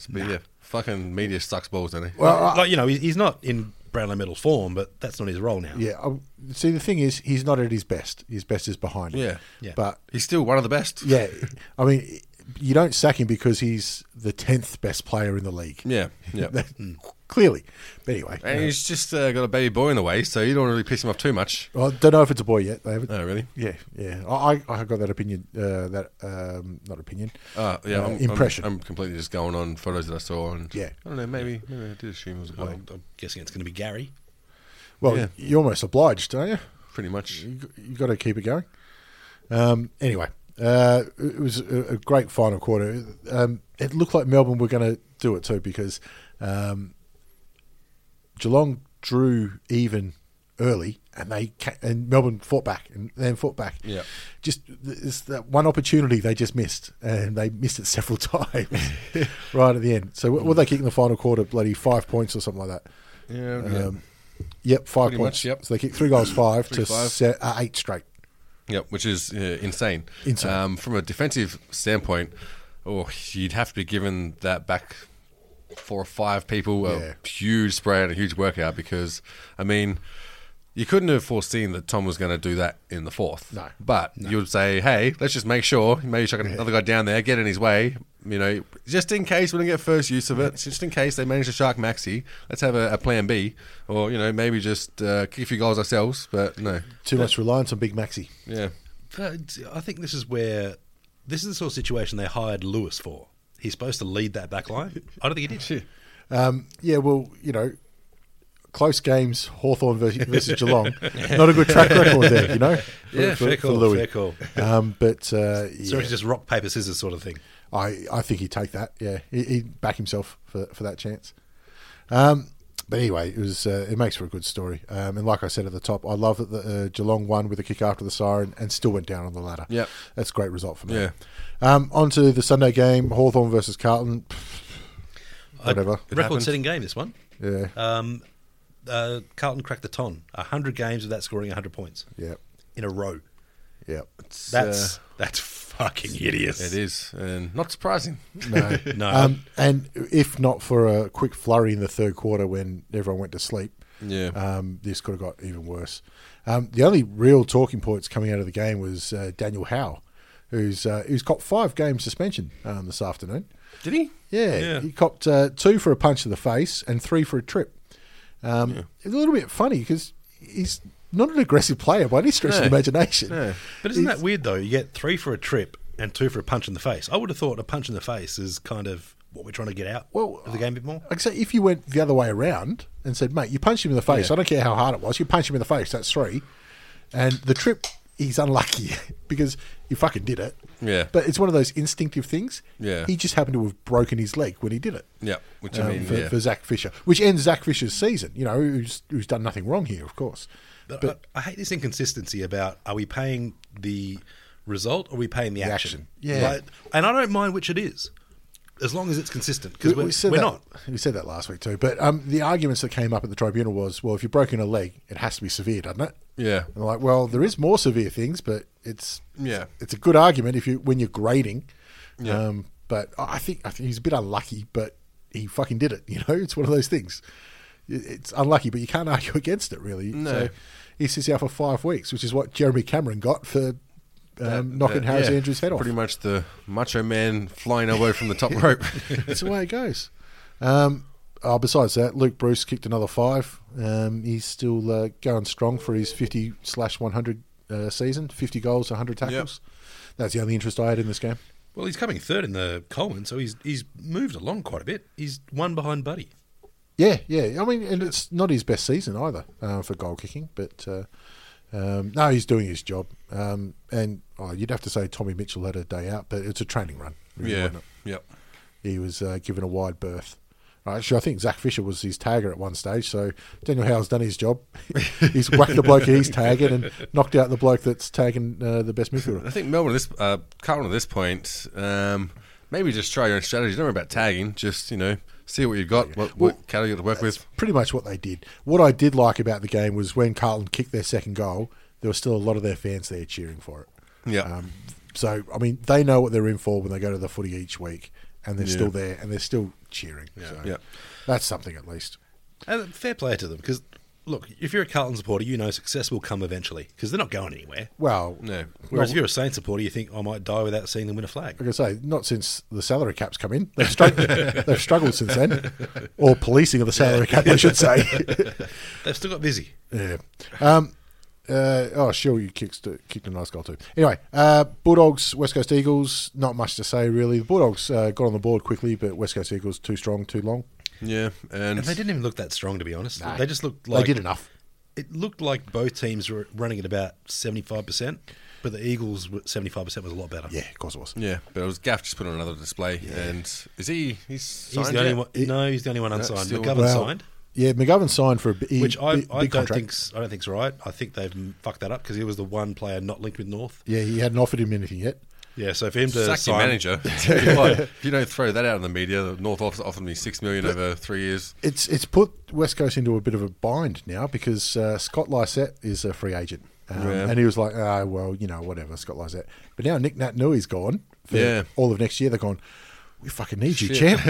[SPEAKER 2] But yeah, fucking media sucks balls, doesn't he?
[SPEAKER 1] Well, I-
[SPEAKER 3] like you know, he- he's not in Brownlow medal form, but that's not his role now.
[SPEAKER 1] yeah. I, see, the thing is, he's not at his best. His best is behind him.
[SPEAKER 2] Yeah.
[SPEAKER 3] Yeah.
[SPEAKER 1] But
[SPEAKER 2] He's still one of the best.
[SPEAKER 1] yeah, I mean, you don't sack him because he's the tenth best player in the league. [LAUGHS]
[SPEAKER 2] Yeah, yeah.
[SPEAKER 1] That- clearly. But anyway,
[SPEAKER 2] And he's just uh, got a baby boy in the way, so you don't really piss him off too much.
[SPEAKER 1] I don't know if it's a boy yet. They haven't.
[SPEAKER 2] No, really.
[SPEAKER 1] Yeah, yeah. I, I- I got that opinion. Uh, that um, not opinion.
[SPEAKER 2] Uh, yeah,
[SPEAKER 1] Uh,
[SPEAKER 2] I'm,
[SPEAKER 1] impression.
[SPEAKER 2] I'm, I'm completely just going on photos that I saw, and
[SPEAKER 1] Yeah.
[SPEAKER 2] I don't know. Maybe, maybe I did assume it was a boy.
[SPEAKER 3] I'm, I'm guessing it's going to be Gary.
[SPEAKER 1] well,
[SPEAKER 2] yeah.
[SPEAKER 1] you're almost obliged, aren't you?
[SPEAKER 2] Pretty much.
[SPEAKER 1] you g- you got to keep it going. Um, anyway, uh, it was a, a great final quarter. Um, it looked like Melbourne were going to do it too because um, Geelong drew even early, and they ca- and Melbourne fought back and then fought back.
[SPEAKER 2] Yeah.
[SPEAKER 1] just th- it's that one opportunity they just missed, and they missed it [LAUGHS] several times right at the end. So what were they kicking the final quarter? Bloody five points or something like that.
[SPEAKER 2] Yeah. yeah.
[SPEAKER 1] Um, Yep, five
[SPEAKER 2] Pretty
[SPEAKER 1] points.
[SPEAKER 2] much, yep.
[SPEAKER 1] So they kicked three goals, five to
[SPEAKER 2] Three, five.
[SPEAKER 1] Se- uh, eight straight.
[SPEAKER 2] Yep, which is uh, insane.
[SPEAKER 1] Insane.
[SPEAKER 2] Um, from a defensive standpoint, oh, you'd have to be given that back four or five people
[SPEAKER 1] Yeah.
[SPEAKER 2] a huge spray and a huge workout because, I mean, you couldn't have foreseen that Tom was going to do that in the fourth.
[SPEAKER 1] No.
[SPEAKER 2] But you would say, hey, let's just make sure, maybe chuck another guy down there, get in his way, you know, just in case we don't get first use of it, just in case they manage to shark Maxi, let's have a, a plan B or, you know, maybe just uh, kick a few goals ourselves. But no.
[SPEAKER 1] Too much reliance on Big Maxi.
[SPEAKER 2] Yeah.
[SPEAKER 3] But I think this is where this is the sort of situation they hired Lewis for. He's supposed to lead that back line. I don't
[SPEAKER 2] [LAUGHS]
[SPEAKER 3] think he did.
[SPEAKER 1] Um, yeah, well, you know, close games, Hawthorn versus, versus Geelong. Not a good track record there, you know? for-
[SPEAKER 3] Yeah,
[SPEAKER 1] for-
[SPEAKER 3] fair
[SPEAKER 1] for
[SPEAKER 3] call,
[SPEAKER 1] Louis.
[SPEAKER 3] fair call.
[SPEAKER 1] Um, but uh, yeah,
[SPEAKER 3] So it's just rock paper scissors sort of thing.
[SPEAKER 1] I, I think he'd take that. Yeah, he, he'd back himself for, for that chance. Um, but anyway, it was uh, it makes for a good story. Um, and like I said at the top, I love that the, uh, Geelong won with a kick after the siren and still went down on the ladder.
[SPEAKER 2] Yep.
[SPEAKER 1] That's a great result for me.
[SPEAKER 2] Yeah.
[SPEAKER 1] Um, on to the Sunday game, Hawthorn versus Carlton. Whatever.
[SPEAKER 2] It
[SPEAKER 3] Record
[SPEAKER 2] happened.
[SPEAKER 3] setting game this one.
[SPEAKER 1] Yeah.
[SPEAKER 3] Um, uh, Carlton cracked the ton. hundred games without scoring hundred points
[SPEAKER 1] Yeah. uh,
[SPEAKER 3] in a row.
[SPEAKER 1] Yeah.
[SPEAKER 2] uh,
[SPEAKER 3] That's that's fucking hideous.
[SPEAKER 2] It is, and not surprising.
[SPEAKER 1] No.
[SPEAKER 3] No.
[SPEAKER 2] Uh-huh.
[SPEAKER 1] Um, and if not for a quick flurry in the third quarter when everyone went to sleep,
[SPEAKER 2] Yeah.
[SPEAKER 1] um, this could have got even worse. Um, the only real talking points coming out of the game was uh, Daniel Howe, who's uh, who's caught five game suspension um, this afternoon.
[SPEAKER 2] Did he?
[SPEAKER 1] Yeah,
[SPEAKER 3] Yeah.
[SPEAKER 1] he copped uh, two for a punch to the face and three for a trip. Um, It's a little bit funny because he's not an aggressive player by any stretch of the
[SPEAKER 2] No.
[SPEAKER 1] imagination.
[SPEAKER 2] No.
[SPEAKER 3] But isn't that weird though? You get three for a trip and two for a punch in the face. I would have thought a punch in the face is kind of what we're trying to get out
[SPEAKER 1] Well, uh,
[SPEAKER 3] of the game a bit more.
[SPEAKER 1] Like I say, if you went the other way around and said, "Mate, you punched him in the face. I don't care how hard it was. You punch him in the face. That's three. And the trip, he's unlucky [LAUGHS] because he fucking did it.
[SPEAKER 2] Yeah.
[SPEAKER 1] But it's one of those instinctive things.
[SPEAKER 2] Yeah.
[SPEAKER 1] He just happened to have broken his leg when he did it.
[SPEAKER 2] Yeah, which
[SPEAKER 1] um,
[SPEAKER 2] I mean,
[SPEAKER 1] for,
[SPEAKER 2] yeah.
[SPEAKER 1] for Zach Fisher, which ends Zach Fisher's season. You know, who's who's done nothing wrong here, of course.
[SPEAKER 3] But, I, I hate this inconsistency about are we paying the result or are we paying the, action?
[SPEAKER 1] action. Yeah.
[SPEAKER 3] Like- and I don't mind which it is, as long as it's consistent. Because we're,
[SPEAKER 1] said
[SPEAKER 3] we're
[SPEAKER 1] that,
[SPEAKER 3] not.
[SPEAKER 1] We said that last week too. But um, the arguments that came up at the tribunal was, well, if you've broken a leg, it has to be severe, doesn't it?
[SPEAKER 2] Yeah.
[SPEAKER 1] And like, well, there is more severe things, but it's
[SPEAKER 2] Yeah.
[SPEAKER 1] it's a good argument if you when you're grading.
[SPEAKER 2] Yeah.
[SPEAKER 1] Um, but I I think I think he's a bit unlucky, but he fucking did it. [LAUGHS] You know, it's one of those things. It- It's unlucky, but you can't argue [LAUGHS] against it, really.
[SPEAKER 2] No.
[SPEAKER 1] So he sits out for five weeks, which is what Jeremy Cameron got for um, knocking
[SPEAKER 2] Uh,
[SPEAKER 1] Harris
[SPEAKER 2] yeah,
[SPEAKER 1] Andrews' head off.
[SPEAKER 2] Pretty much the macho man flying elbow from the top rope.
[SPEAKER 1] That's the way it goes. Um, oh, besides that, Luke Bruce kicked another five. Um, he's still uh, going strong for his 50 slash 100 uh, season 50 goals, 100 tackles. That's the only interest I had in this game.
[SPEAKER 3] Well, he's coming third in the Coleman, so he's he's moved along quite a bit. He's one behind Buddy.
[SPEAKER 1] Yeah, yeah. I mean, and it's not his best season either uh, for goal kicking, but uh, um, no, he's doing his job. Um, and oh, you'd have to say Tommy Mitchell had a day out, but it's a training run. really,
[SPEAKER 2] [LAUGHS] Yeah.
[SPEAKER 1] wasn't it?
[SPEAKER 2] Yep.
[SPEAKER 1] he was uh, given a wide berth. Actually, I think Zach Fisher was his tagger at one stage. So Daniel Howe's done his job. [LAUGHS] he's whacked the bloke he's tagging and knocked out the bloke that's tagging uh, the best midfielder.
[SPEAKER 2] I think Melbourne, at this uh, Carlton at this point, um, maybe just try your own strategy. Don't worry about tagging. Just you know, see what you've got, what, what cattle you got to work with.
[SPEAKER 1] Pretty much what they did. What I did like about the game was when Carlton kicked their second goal, there was still a lot of their fans there cheering for it.
[SPEAKER 2] Yeah,
[SPEAKER 1] Um, so I mean, they know what they're in for when they go to the footy each week, and they're
[SPEAKER 2] Yeah.
[SPEAKER 1] still there and they're still cheering. So
[SPEAKER 2] Yeah.
[SPEAKER 1] that's something at least.
[SPEAKER 3] And fair play to them because look, if you're a Carlton supporter, you know success will come eventually because they're not going anywhere.
[SPEAKER 1] Well,
[SPEAKER 2] no,
[SPEAKER 3] Whereas if you're a Saints supporter, you think I might die without seeing them win a flag.
[SPEAKER 1] like I say, not since the salary cap's come in. They've, strugg-
[SPEAKER 3] [LAUGHS]
[SPEAKER 1] they've struggled since then, or policing of the salary cap, I should say.
[SPEAKER 3] [LAUGHS] They've still got busy.
[SPEAKER 1] yeah. Um, uh, oh, sure, you kicked, kicked a nice goal too. Anyway, uh, Bulldogs, West Coast Eagles, not much to say really. The Bulldogs uh, got on the board quickly, but West Coast Eagles too strong, too long.
[SPEAKER 2] yeah, and,
[SPEAKER 3] And they didn't even look that strong, to be honest. They just looked
[SPEAKER 1] they
[SPEAKER 3] like
[SPEAKER 1] did enough.
[SPEAKER 3] It looked like both teams were running at about seventy five percent, but the Eagles seventy five percent was a lot better.
[SPEAKER 1] Yeah, of course it was.
[SPEAKER 2] yeah, but it was Gaff just put on another display. And is he? He's, signed
[SPEAKER 3] he's the only
[SPEAKER 2] yet?
[SPEAKER 3] one. No, he's the only one unsigned.
[SPEAKER 2] still-
[SPEAKER 3] McGovern
[SPEAKER 1] Well,
[SPEAKER 3] signed,
[SPEAKER 1] Yeah, McGovern signed for a b-
[SPEAKER 3] which I,
[SPEAKER 1] big,
[SPEAKER 3] I
[SPEAKER 1] big
[SPEAKER 3] don't
[SPEAKER 1] contract.
[SPEAKER 3] think's I don't think's right. I think they've m- fucked that up because he was the one player not linked with North.
[SPEAKER 1] yeah, he hadn't offered him anything yet.
[SPEAKER 3] Yeah, so for him to
[SPEAKER 2] Sack your
[SPEAKER 3] sign,
[SPEAKER 2] manager. Tell you what, if you don't throw that out in the media, the North office offered me six million over three years.
[SPEAKER 1] It's it's put West Coast into a bit of a bind now because uh, Scott Lysette is a free agent, um,
[SPEAKER 2] Yeah.
[SPEAKER 1] and he was like, ah, well, you know, whatever, Scott Lysette. But now Nick Natnui's gone for
[SPEAKER 2] Yeah.
[SPEAKER 1] all of next year. They're gone. We fucking need you,
[SPEAKER 2] [LAUGHS]
[SPEAKER 1] champ.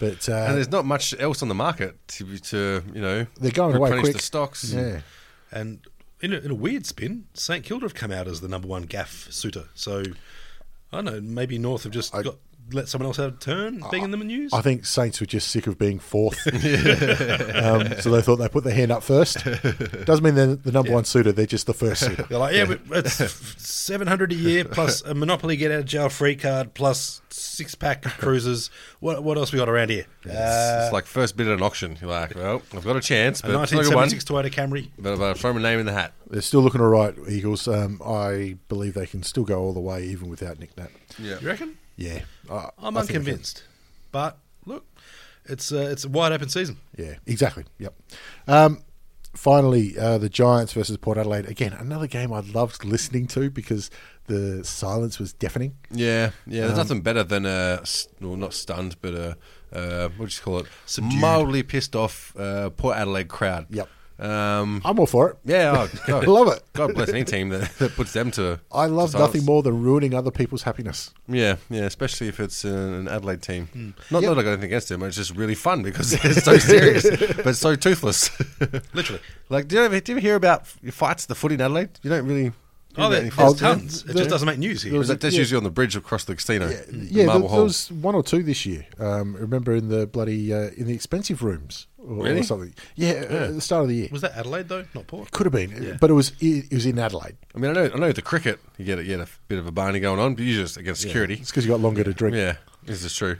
[SPEAKER 1] but
[SPEAKER 2] And
[SPEAKER 1] uh,
[SPEAKER 2] there's not much else on the market to, be- to you know.
[SPEAKER 1] they're going away
[SPEAKER 2] replenish
[SPEAKER 1] quick.
[SPEAKER 2] the stocks.
[SPEAKER 1] Yeah,
[SPEAKER 3] and in a, in a weird spin, St Kilda have come out as the number one gaff suitor. So I don't know. Maybe North have just got let someone else have a turn being in the news.
[SPEAKER 1] I think Saints were just sick of being
[SPEAKER 2] [LAUGHS]
[SPEAKER 1] fourth, um, so they thought they put their hand up first. Doesn't mean they're the number one suitor; they're just the first
[SPEAKER 2] [LAUGHS]
[SPEAKER 1] suitor.
[SPEAKER 3] They're like, yeah, but
[SPEAKER 1] [LAUGHS]
[SPEAKER 3] it's seven hundred a year plus a monopoly get out of jail free card plus six pack of cruises. What what else we got around here?
[SPEAKER 2] It's,
[SPEAKER 3] Uh,
[SPEAKER 2] it's like first bid at an auction. You're like, well, I've got a chance,
[SPEAKER 3] a
[SPEAKER 2] but it's not a good one.
[SPEAKER 3] 1976 Toyota Camry.
[SPEAKER 2] But, but I've thrown my name in the hat.
[SPEAKER 1] They're still looking all right, Eagles. Um, I believe they can still go all the way, even without Nick Nat.
[SPEAKER 2] Yeah.
[SPEAKER 3] You reckon?
[SPEAKER 1] Yeah, I,
[SPEAKER 3] I'm
[SPEAKER 1] I think they can.
[SPEAKER 3] unconvinced. But look, it's uh, it's a wide open season.
[SPEAKER 1] Yeah, exactly. Yep. Um, finally, uh, the Giants versus Port Adelaide. Again, another game I loved listening to because the silence was deafening.
[SPEAKER 2] Yeah, yeah.
[SPEAKER 1] Um,
[SPEAKER 2] There's nothing better than a s- well, not stunned, but a uh, what do you call it?
[SPEAKER 3] Subdued.
[SPEAKER 2] Mildly pissed off uh, Port Adelaide crowd.
[SPEAKER 1] Yep.
[SPEAKER 2] Um,
[SPEAKER 1] I'm all for it.
[SPEAKER 2] yeah, oh,
[SPEAKER 1] I [LAUGHS]
[SPEAKER 2] God,
[SPEAKER 1] love it.
[SPEAKER 2] God bless any team that, that puts them to.
[SPEAKER 1] I love
[SPEAKER 2] to
[SPEAKER 1] nothing
[SPEAKER 2] silence.
[SPEAKER 1] more than ruining other people's happiness.
[SPEAKER 2] Yeah, yeah. Especially if it's uh, an Adelaide team. Not that I got anything against them. It's just really fun because [LAUGHS] it's so serious, but so toothless. [LAUGHS]
[SPEAKER 3] Literally.
[SPEAKER 2] like, do you ever, do you ever hear about f- fights at the foot in Adelaide? You don't really. hear
[SPEAKER 3] Oh,
[SPEAKER 2] about
[SPEAKER 3] there-
[SPEAKER 2] any
[SPEAKER 3] there's
[SPEAKER 2] fights, do you?
[SPEAKER 3] tons. It just doesn't make news here.
[SPEAKER 2] That- that's
[SPEAKER 1] yeah.
[SPEAKER 2] usually on the bridge across the casino.
[SPEAKER 1] Yeah,
[SPEAKER 2] Mm, the
[SPEAKER 1] yeah there,
[SPEAKER 2] Marble
[SPEAKER 1] there
[SPEAKER 2] Hole.
[SPEAKER 1] was one or two this year. Um, remember in the bloody uh, in the expensive rooms or, or
[SPEAKER 2] Really?
[SPEAKER 1] something. Yeah, uh, at the start of the year.
[SPEAKER 3] Was that Adelaide though? Not Port.
[SPEAKER 1] Could have been, but it was it, it was in Adelaide.
[SPEAKER 2] I mean, I know, I know the cricket. You get a, you get a bit of a barney going on, but you just against security.
[SPEAKER 1] It's because you got longer to drink. [LAUGHS]
[SPEAKER 2] Yeah, this is true,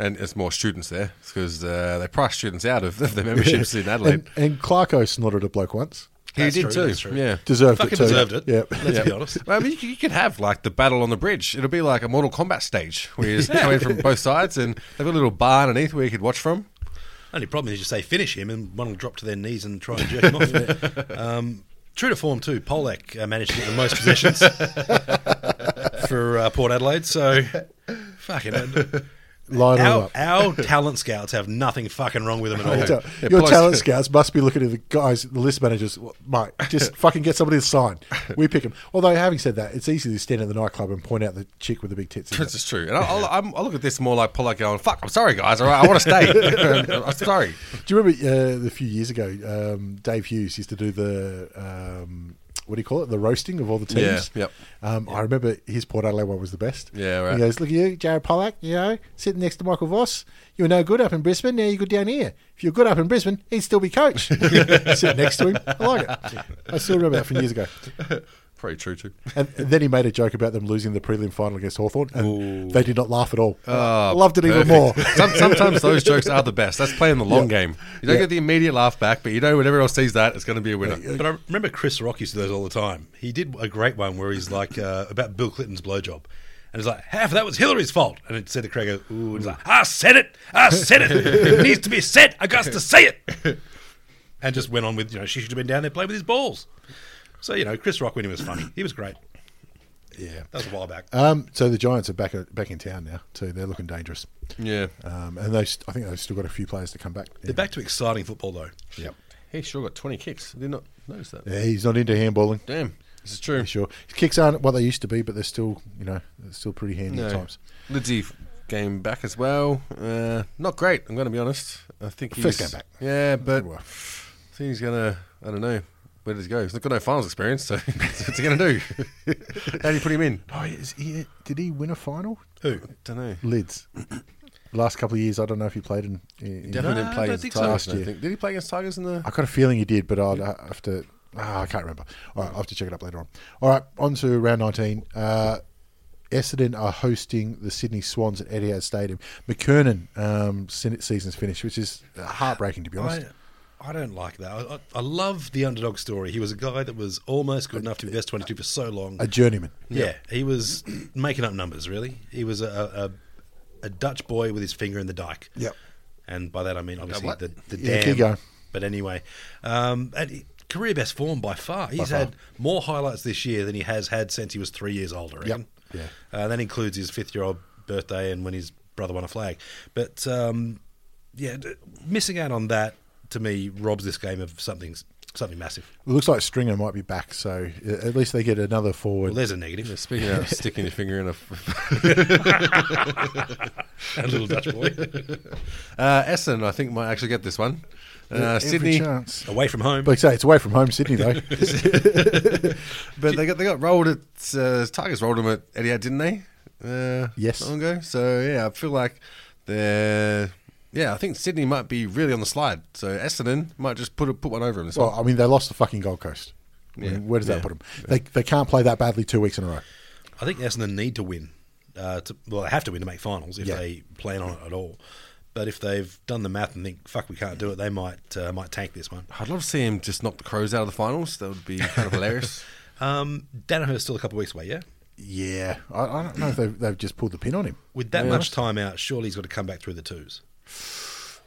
[SPEAKER 2] and it's more students there because uh, they price students out of their memberships in Adelaide.
[SPEAKER 1] And, and Clarko snorted a bloke once.
[SPEAKER 2] he
[SPEAKER 3] That's
[SPEAKER 2] did
[SPEAKER 3] true,
[SPEAKER 2] too.
[SPEAKER 3] that's true.
[SPEAKER 2] Yeah.
[SPEAKER 1] Deserved
[SPEAKER 3] Fucking
[SPEAKER 1] it too.
[SPEAKER 3] deserved it.
[SPEAKER 1] Yeah.
[SPEAKER 3] Let's be honest.
[SPEAKER 2] [LAUGHS] Well, I mean, you, you could have like the battle on the bridge. It'll be like a Mortal Kombat stage where you just come in [LAUGHS] from both sides, and they've got a little bar underneath where you could watch from.
[SPEAKER 3] Only problem is you say finish him and one will drop to their knees and try and jerk him off.
[SPEAKER 1] [LAUGHS]
[SPEAKER 3] um, true to form too, Polak uh, managed to get the most
[SPEAKER 1] [LAUGHS]
[SPEAKER 3] possessions for uh, Port Adelaide. So fucking
[SPEAKER 1] [LAUGHS] Line all
[SPEAKER 3] our,
[SPEAKER 1] up.
[SPEAKER 3] our talent scouts have nothing fucking wrong with them
[SPEAKER 1] You
[SPEAKER 3] at all.
[SPEAKER 1] tell-
[SPEAKER 2] Yeah,
[SPEAKER 1] your
[SPEAKER 2] plus-
[SPEAKER 1] talent scouts must be looking at the guys, the list managers. "Well, Mate, just fucking get somebody to sign. We pick them. Although, having said that, it's easy to stand at the nightclub and point out the chick with the big tits.
[SPEAKER 2] This
[SPEAKER 1] isn't it?
[SPEAKER 2] is true, and I, I'll, I'm, I look at this more like Pollock going, "Fuck, I'm sorry, guys. All right, I want to [LAUGHS] stay. I'm sorry."
[SPEAKER 1] Do you remember uh, the few years ago, um, Dave Hughes used to do the um, what do you call it? The roasting of all the teams.
[SPEAKER 2] Yeah, yep.
[SPEAKER 1] Um, I remember his Port Adelaide one was the best.
[SPEAKER 2] Yeah, right.
[SPEAKER 1] He goes, "Look at you, Jared Pollack. You know, sitting next to Michael Voss. You were no good up in Brisbane. Now you're good down here. If you're good up in Brisbane,
[SPEAKER 2] [LAUGHS]
[SPEAKER 1] he'd still be coach. Sit next to him. I like it. I still remember that from years ago.
[SPEAKER 2] probably true too.
[SPEAKER 1] And then he made a joke about them losing the prelim final against Hawthorn, and they did not laugh at all. Loved it even more.
[SPEAKER 2] Ah, [LAUGHS] Some, sometimes
[SPEAKER 1] [LAUGHS]
[SPEAKER 2] those jokes are the best. That's playing the long
[SPEAKER 1] Yeah.
[SPEAKER 2] game. You don't
[SPEAKER 1] Yeah.
[SPEAKER 2] get the immediate laugh back, but you know when everyone else sees that, it's going to be a winner.
[SPEAKER 3] But I remember Chris Rock used to do those all the time. He did a great one where he's like uh, about Bill Clinton's blowjob. And it's like, half of that was Hillary's fault. And it said to Craig, ooh, and he's like, I said it. I said it. It needs to be said. I got to say it. And just went on with, you know, she should have been down there playing with his balls. So, you know, Chris Rock when he was funny. He was great. Yeah. That was a while back.
[SPEAKER 1] Um, so the Giants are back back in town now too. They're looking dangerous,
[SPEAKER 2] Yeah.
[SPEAKER 1] um, and they st- I think they've still got a few players to come back.
[SPEAKER 3] They're back to exciting football, though.
[SPEAKER 1] Yep.
[SPEAKER 2] He sure got 20 kicks. I did not notice that.
[SPEAKER 1] Yeah, he's not into handballing.
[SPEAKER 2] Damn. This is true.
[SPEAKER 1] Sure, his kicks aren't what they used to be, but they're still you know they're still pretty handy
[SPEAKER 2] No.
[SPEAKER 1] at times.
[SPEAKER 2] Lindsay f- game back as well. Uh, not great, I'm going to be honest. I think he's.
[SPEAKER 1] First game back.
[SPEAKER 2] Yeah, but
[SPEAKER 1] Well.
[SPEAKER 2] I think he's going to. I don't know. Where does he go? He's not got no finals experience, so [LAUGHS] what's he going to do? [LAUGHS] How do you put him in?
[SPEAKER 1] Oh, is he, did he win a final?
[SPEAKER 3] Who?
[SPEAKER 2] don't know.
[SPEAKER 1] Lids. Last couple of years, I don't know if he played in. in
[SPEAKER 2] Definitely
[SPEAKER 3] No,
[SPEAKER 2] didn't play
[SPEAKER 3] I don't
[SPEAKER 2] against the
[SPEAKER 3] think so.
[SPEAKER 2] Tigers.
[SPEAKER 1] Last
[SPEAKER 2] I don't
[SPEAKER 1] year.
[SPEAKER 2] think. Did he play against Tigers in the?
[SPEAKER 1] I got a feeling he did, but I'd have to. ah, I can't remember. All right, I'll have to check it up later on. All right, on to round 19. Uh, Essendon are hosting the Sydney Swans at Etihad Stadium. McKernan um, sen- season's finished, which is heartbreaking to be honest.
[SPEAKER 3] I, I don't like that. I, I, I love the underdog story. He was a guy that was almost good enough to be best 22 for so long.
[SPEAKER 1] a journeyman.
[SPEAKER 3] Yeah, he was making up numbers. Really, he was a, a a Dutch boy with his finger in the dike.
[SPEAKER 1] Yep.
[SPEAKER 3] and by that I mean obviously
[SPEAKER 2] what?
[SPEAKER 3] the the
[SPEAKER 1] Yeah,
[SPEAKER 3] dam.
[SPEAKER 1] keep going.
[SPEAKER 3] But anyway, um, and he- career best form by far. He's had more highlights this year than he has had since he was three years old. I reckon.
[SPEAKER 1] Yeah.
[SPEAKER 3] uh, that includes his fifth year old birthday and when his brother won a flag. But um, yeah, d- missing out on that to me robs this game of something something massive.
[SPEAKER 1] It looks like Stringer might be back, so uh, at least they get another forward.
[SPEAKER 3] Well, there's a negative.
[SPEAKER 2] [LAUGHS] Speaking of sticking your finger in a
[SPEAKER 3] [LAUGHS] a little Dutch boy
[SPEAKER 2] [LAUGHS] Uh, Essendon, I think, might actually get this one. Uh,
[SPEAKER 1] Every
[SPEAKER 2] Sydney,
[SPEAKER 1] chance.
[SPEAKER 3] away from home.
[SPEAKER 1] Like I say, it's away from home, Sydney though.
[SPEAKER 2] but they got they got rolled at uh, Tigers rolled them at Etihad, didn't they? Uh,
[SPEAKER 1] Yes.
[SPEAKER 2] not long ago. So yeah, I feel like they're yeah. I think Sydney might be really on the slide. So Essendon might just put a, put one over them. This
[SPEAKER 1] well,
[SPEAKER 2] one.
[SPEAKER 1] I mean, they lost the fucking Gold Coast. I mean,
[SPEAKER 2] Yeah.
[SPEAKER 1] Where does that
[SPEAKER 2] Yeah.
[SPEAKER 1] put them? They, they can't play that badly two weeks in a row.
[SPEAKER 3] I think Essendon need to win. Uh, to, well, they have to win to make finals if
[SPEAKER 1] Yeah.
[SPEAKER 3] they plan on it at all. But if they've done the math and think, "Fuck, we can't do it," they might uh, might tank this one.
[SPEAKER 2] I'd love to see him just knock the crows out of the finals. That would be kind
[SPEAKER 1] [LAUGHS]
[SPEAKER 2] of hilarious.
[SPEAKER 3] Um, Danaher's still a couple of weeks away, yeah.
[SPEAKER 1] Yeah, I, I don't know if they've, they've just pulled the pin on him.
[SPEAKER 3] With that much time out, surely he's got to come back through the twos.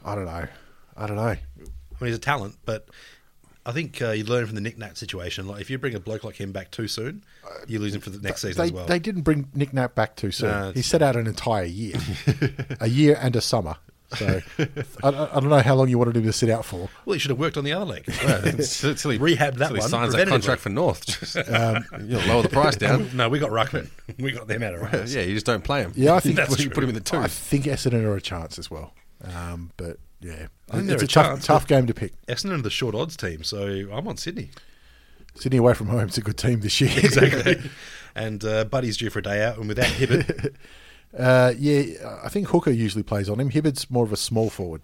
[SPEAKER 1] I don't know. I don't know.
[SPEAKER 3] I mean, he's a talent, but I think uh, you learn from the Nick Nat situation. Like, if you bring a bloke like him back too soon, you lose him for the next season
[SPEAKER 1] Uh, They,
[SPEAKER 3] as well.
[SPEAKER 1] they didn't bring Nick Nat back too soon.
[SPEAKER 3] No,
[SPEAKER 1] he set out an entire
[SPEAKER 3] [LAUGHS]
[SPEAKER 1] year, a year and a summer. So I, I don't know how long you wanted him to sit out for.
[SPEAKER 3] well, he should have worked on the other
[SPEAKER 1] [LAUGHS]
[SPEAKER 3] leg. [LAUGHS]
[SPEAKER 2] [LAUGHS] Silly,
[SPEAKER 3] Rehab that
[SPEAKER 2] till he
[SPEAKER 3] one
[SPEAKER 2] Signs that
[SPEAKER 3] preventatively.
[SPEAKER 2] contract for North. [LAUGHS] Just,
[SPEAKER 1] Um,
[SPEAKER 2] you know, lower the price
[SPEAKER 1] [LAUGHS]
[SPEAKER 2] down.
[SPEAKER 3] no, we got Ruckman. we got them out of rounds.
[SPEAKER 2] yeah, you just don't play him.
[SPEAKER 1] Yeah,
[SPEAKER 3] [LAUGHS]
[SPEAKER 2] [LAUGHS]
[SPEAKER 1] I think
[SPEAKER 3] That's
[SPEAKER 2] you put
[SPEAKER 3] true.
[SPEAKER 2] him in the two.
[SPEAKER 1] I think Essendon are a chance as well. Um, but yeah,
[SPEAKER 3] think they're
[SPEAKER 1] it's
[SPEAKER 3] a
[SPEAKER 1] a, tough,
[SPEAKER 3] chance,
[SPEAKER 1] tough game to pick.
[SPEAKER 3] Essendon are the short odds team, so I'm on Sydney.
[SPEAKER 1] Sydney away from home is a good team this year.
[SPEAKER 3] exactly. [LAUGHS] and uh, Buddy's due for a day out, and without [LAUGHS] Hibbert,
[SPEAKER 1] [LAUGHS] uh, yeah, I think Hooker usually plays on him. Hibbard's more of a small forward.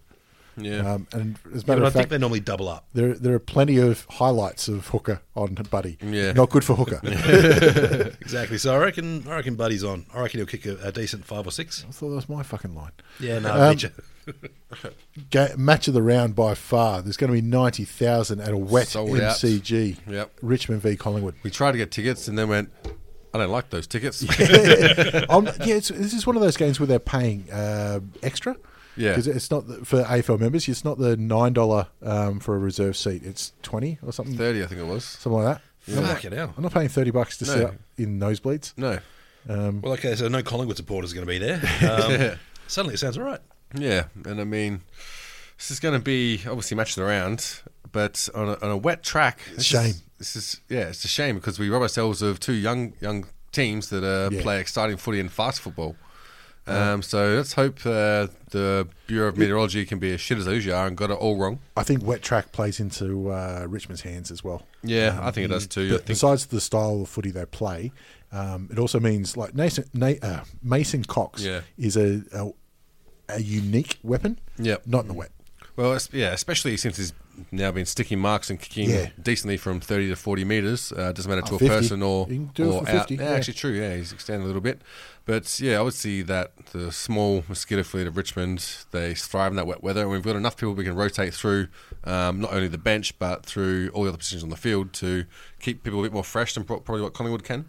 [SPEAKER 2] yeah.
[SPEAKER 1] Um, and as a
[SPEAKER 3] but
[SPEAKER 1] matter
[SPEAKER 3] I
[SPEAKER 1] of fact,
[SPEAKER 3] think they normally double up.
[SPEAKER 1] There, there are plenty of highlights of Hooker on Buddy.
[SPEAKER 2] Yeah.
[SPEAKER 1] Not good for
[SPEAKER 2] [LAUGHS]
[SPEAKER 1] Hooker. I
[SPEAKER 3] Exactly. So I reckon, I reckon Buddy's on. I reckon he'll kick a, a decent five or six.
[SPEAKER 1] thought that was my fucking line.
[SPEAKER 3] Yeah, no,
[SPEAKER 1] Um,
[SPEAKER 3] feature.
[SPEAKER 1] Ga- match of the round by far. There's going to be 90,000 at a wet
[SPEAKER 2] Sold out.
[SPEAKER 1] MCG.
[SPEAKER 2] Yep.
[SPEAKER 1] Richmond v
[SPEAKER 2] [LAUGHS]
[SPEAKER 1] Collingwood. [LAUGHS]
[SPEAKER 2] We tried to get tickets and then went, I don't like those tickets.
[SPEAKER 1] Um, yeah, it's, this is one of those games where they're paying uh, extra.
[SPEAKER 2] Yeah.
[SPEAKER 1] Because it's not the, for AFL members, it's not the $9 um, for a reserve seat. It's 20 or something.
[SPEAKER 2] 30, I think it was.
[SPEAKER 1] Something like that. I'm not-
[SPEAKER 3] Fucking hell.
[SPEAKER 1] I'm not paying 30 bucks to sit
[SPEAKER 2] No.
[SPEAKER 1] up in nosebleeds.
[SPEAKER 2] No.
[SPEAKER 3] Well, okay, so no Collingwood supporters going to [LAUGHS] be there. Um, Suddenly it sounds all right.
[SPEAKER 2] Yeah. And I mean, this is going to be obviously match of the round, but on a, on a wet track. this
[SPEAKER 1] Shame.
[SPEAKER 2] Is, this is, yeah, it's a shame because we rob ourselves of two young young teams that uh,
[SPEAKER 1] Yeah. Uh-huh.
[SPEAKER 2] play exciting footy and fast football. Um, so let's hope uh, the Bureau of Meteorology can be as shit as they usually are and got it all wrong.
[SPEAKER 1] I think wet track plays into uh, Richmond's hands as well.
[SPEAKER 2] Yeah, I think it does too. I
[SPEAKER 1] But
[SPEAKER 2] think
[SPEAKER 1] besides the style of footy they play, um, it also means like Mason, Na- uh, Mason Cox
[SPEAKER 2] Yeah.
[SPEAKER 1] is a, a a unique weapon.
[SPEAKER 2] Yep.
[SPEAKER 1] not in the wet.
[SPEAKER 2] Well, es- yeah, especially since his now been sticking marks and kicking
[SPEAKER 1] Yeah.
[SPEAKER 2] decently from 30 to 40 metres. Uh, doesn't matter to
[SPEAKER 1] Oh,
[SPEAKER 2] a
[SPEAKER 1] 50.
[SPEAKER 2] person or,
[SPEAKER 1] You can do it
[SPEAKER 2] or
[SPEAKER 1] for
[SPEAKER 2] out.
[SPEAKER 1] 50,
[SPEAKER 2] Yeah,
[SPEAKER 1] yeah.
[SPEAKER 2] Actually, true. Yeah, he's extended a little bit. But yeah, I would see that the small mosquito fleet of Richmond, they thrive in that wet weather. And we've got enough people we can rotate through um, not only the bench, but through all the other positions on the field to keep people a bit more fresh than pro- probably what Collingwood can.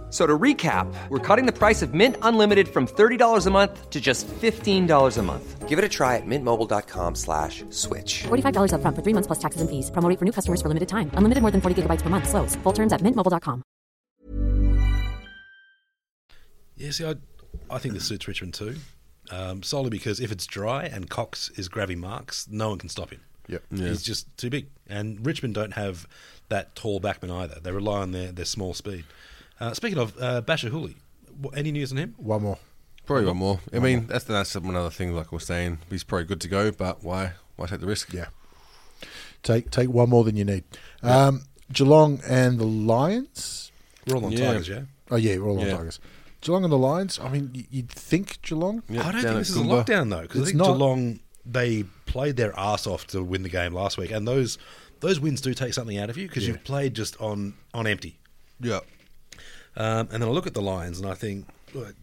[SPEAKER 4] So to recap, we're cutting the price of Mint Unlimited from $30 a month to just $15 a month. Give it a try at mintmobile.com slash switch.
[SPEAKER 5] $45 upfront for three months plus taxes and fees. Promo rate for new customers for limited time. Unlimited more than 40 gigabytes per month. Slows. Full terms at mintmobile.com.
[SPEAKER 3] Yeah, see, I, I think this suits Richmond too, um, solely because if it's dry and Cox is grabbing marks, no one can stop him.
[SPEAKER 1] Yep.
[SPEAKER 3] He's just too big. And Richmond don't have that tall backman either. They rely on their, their small speed. Uh, speaking of uh, Basher Hooley, wh- any news on him?
[SPEAKER 1] One more.
[SPEAKER 2] Probably one more. I mean, that's that's another thing. Like we're saying, he's probably good to go, but why why take the risk?
[SPEAKER 1] Yeah. Take take one more than you need. Um, Geelong and the Lions.
[SPEAKER 3] We're all on
[SPEAKER 2] Yeah.
[SPEAKER 3] Tigers, yeah?
[SPEAKER 1] Oh yeah, we're all on
[SPEAKER 2] Yeah.
[SPEAKER 1] Tigers. Geelong and the Lions. I mean, y- you'd think Geelong.
[SPEAKER 2] Yeah,
[SPEAKER 3] I don't
[SPEAKER 2] down
[SPEAKER 3] think
[SPEAKER 2] at
[SPEAKER 3] this is
[SPEAKER 2] Goombah.
[SPEAKER 3] a lockdown though, because I
[SPEAKER 1] It's
[SPEAKER 3] think
[SPEAKER 1] not.
[SPEAKER 3] Geelong they played their ass off to win the game last week, and those those wins do take something out of you because you've played just on on empty.
[SPEAKER 2] Yeah.
[SPEAKER 3] Um, and then I look at the Lions and I think, look,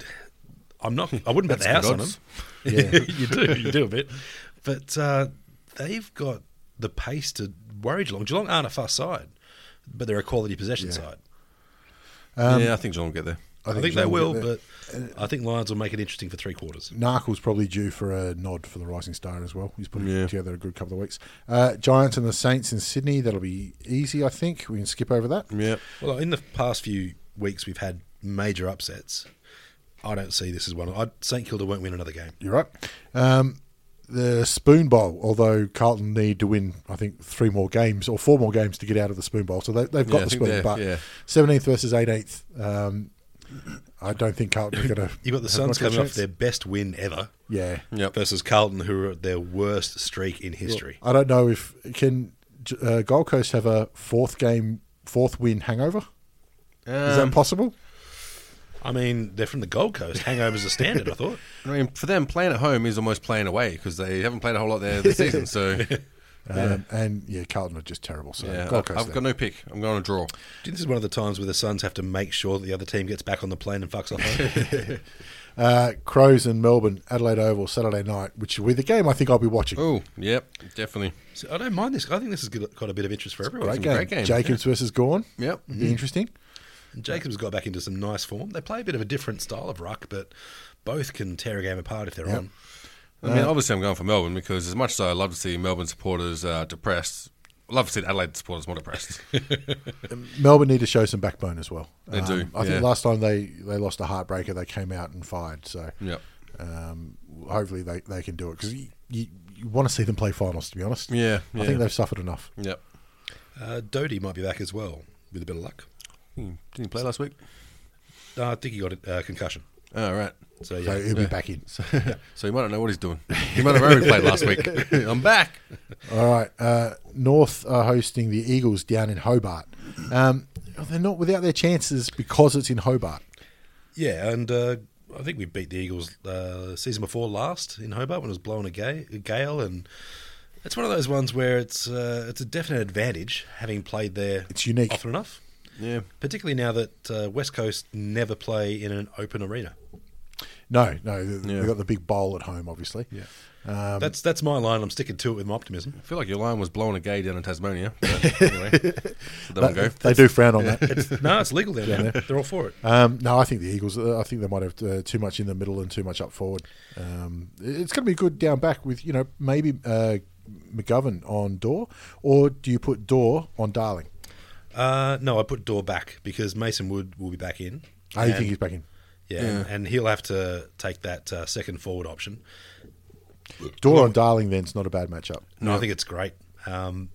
[SPEAKER 3] I'm not. I wouldn't bet the
[SPEAKER 2] That's
[SPEAKER 3] house
[SPEAKER 2] good
[SPEAKER 3] on them.
[SPEAKER 2] odds. [LAUGHS]
[SPEAKER 3] [LAUGHS] you do, you do a bit, but uh, they've got the pace to worry Geelong. Geelong aren't a fast side, but they're a quality possession side.
[SPEAKER 2] yeah, I think John will get there.
[SPEAKER 3] I think, they will, but I think Lions will make it interesting for three quarters.
[SPEAKER 1] Narkle's probably due for a nod for the Rising Star as well. He's putting
[SPEAKER 2] Yeah.
[SPEAKER 1] together a good couple of weeks. Uh, Giants and the Saints in Sydney. That'll be easy, I think. We can skip over that.
[SPEAKER 2] Yeah.
[SPEAKER 3] Well, in the past few weeks, we've had major upsets. I don't see this as one. I, St Kilda won't win another game.
[SPEAKER 1] You're right. Um, the Spoon Bowl, although Carlton need to win, I think, three more games or four more games to get out of the Spoon Bowl. So they, they've got
[SPEAKER 2] Yeah, I
[SPEAKER 1] the
[SPEAKER 2] think
[SPEAKER 1] Spoon,
[SPEAKER 2] they're-
[SPEAKER 1] but
[SPEAKER 2] yeah.
[SPEAKER 1] 17th versus 18th. Um, I don't think Carlton are
[SPEAKER 3] [COUGHS]
[SPEAKER 1] going to.
[SPEAKER 3] You've got the Suns coming off their best win ever
[SPEAKER 1] Yeah.
[SPEAKER 2] Yep.
[SPEAKER 3] versus Carlton, who are at their worst streak in history.
[SPEAKER 1] I don't know if. Can uh, Gold Coast have a fourth game, fourth win hangover? Is
[SPEAKER 2] Um,
[SPEAKER 1] that possible?
[SPEAKER 3] I mean, they're from the Gold Coast. Hangovers are standard, I
[SPEAKER 1] [LAUGHS]
[SPEAKER 3] thought.
[SPEAKER 2] I mean, for them, playing at home is almost playing away because they haven't played a whole lot there this season. So,
[SPEAKER 1] Um, and yeah, Carlton are just terrible. So
[SPEAKER 2] yeah,
[SPEAKER 1] Gold Coast
[SPEAKER 2] I've got
[SPEAKER 1] then.
[SPEAKER 2] no pick. I'm going to draw.
[SPEAKER 3] Do you think This is one of the times where the Suns have to make sure that the other team gets back on the plane and fucks off
[SPEAKER 1] [LAUGHS]
[SPEAKER 3] home.
[SPEAKER 1] uh, Crows in Melbourne, Adelaide Oval, Saturday night, which will be the game I think I'll be watching.
[SPEAKER 2] Oh, yep, definitely.
[SPEAKER 3] so I don't mind this. I think this has got got a bit of interest for everyone.
[SPEAKER 1] great,
[SPEAKER 2] a
[SPEAKER 1] game.
[SPEAKER 2] great game.
[SPEAKER 1] Jacobs versus Gorn.
[SPEAKER 2] Yep.
[SPEAKER 1] It'd be interesting.
[SPEAKER 3] And Jacobs got back into some nice form. They play a bit of a different style of ruck, but both can tear a game apart if they're on.
[SPEAKER 2] I mean, obviously, I'm going for Melbourne because as much as I love to see Melbourne supporters uh, depressed, I love to see the Adelaide supporters more depressed. [LAUGHS]
[SPEAKER 1] Melbourne need to show some backbone as well. Um,
[SPEAKER 2] They do,
[SPEAKER 1] I
[SPEAKER 2] yeah.
[SPEAKER 1] think last time they, they lost a heartbreaker, they came out and fired. So
[SPEAKER 2] yep.
[SPEAKER 1] um, hopefully they, they can do it because you, you, you want to see them play finals. To be honest,
[SPEAKER 2] Yeah,
[SPEAKER 1] I
[SPEAKER 2] yeah.
[SPEAKER 1] think they've suffered enough.
[SPEAKER 2] Yep.
[SPEAKER 3] Uh, Doty might be back as well with a bit of luck.
[SPEAKER 2] Hmm, Didn't he play last week?
[SPEAKER 3] No, I think he got a uh, concussion.
[SPEAKER 2] All right.
[SPEAKER 3] So yeah,
[SPEAKER 1] So he'll be back in.
[SPEAKER 2] So [LAUGHS] you might not know what he's doing. He might have already played last week. I'm back.
[SPEAKER 1] All right. Uh, North are hosting the Eagles down in Hobart. Um, they're not without their chances because it's in Hobart.
[SPEAKER 3] yeah, and uh, I think we beat the Eagles uh, season before last in Hobart when it was blowing a, ga- a gale, and it's one of those ones where it's uh, it's a definite advantage having played there.
[SPEAKER 1] It's unique.
[SPEAKER 3] often enough,
[SPEAKER 2] Yeah.
[SPEAKER 3] particularly now that uh, West Coast never play in an open arena.
[SPEAKER 1] No, no, th- they've got the big bowl at home, obviously. Yeah. Um,
[SPEAKER 3] that's that's my line. I'm sticking to it with
[SPEAKER 1] [LAUGHS]
[SPEAKER 3] my optimism.
[SPEAKER 2] I feel like your line was blowing a gay down in Tasmania. But anyway, let them go.
[SPEAKER 1] they do frown on
[SPEAKER 2] [LAUGHS]
[SPEAKER 1] that.
[SPEAKER 3] no, it's legal down there. They're all for it.
[SPEAKER 1] Um, no, I think the Eagles. uh, I think they might have uh, too much in the middle and too much up forward. Um, it's going to be good down back with you know maybe uh, McGovern on Door, or do you put Door on Darling?
[SPEAKER 3] Uh, no, I put Door back because Mason Wood will be back in.
[SPEAKER 1] I you
[SPEAKER 3] And-
[SPEAKER 1] think he's back in.
[SPEAKER 3] Yeah, and he'll have to take that uh, second forward option.
[SPEAKER 1] Door on Darling then's not a bad matchup.
[SPEAKER 3] No, I think it's great. Um,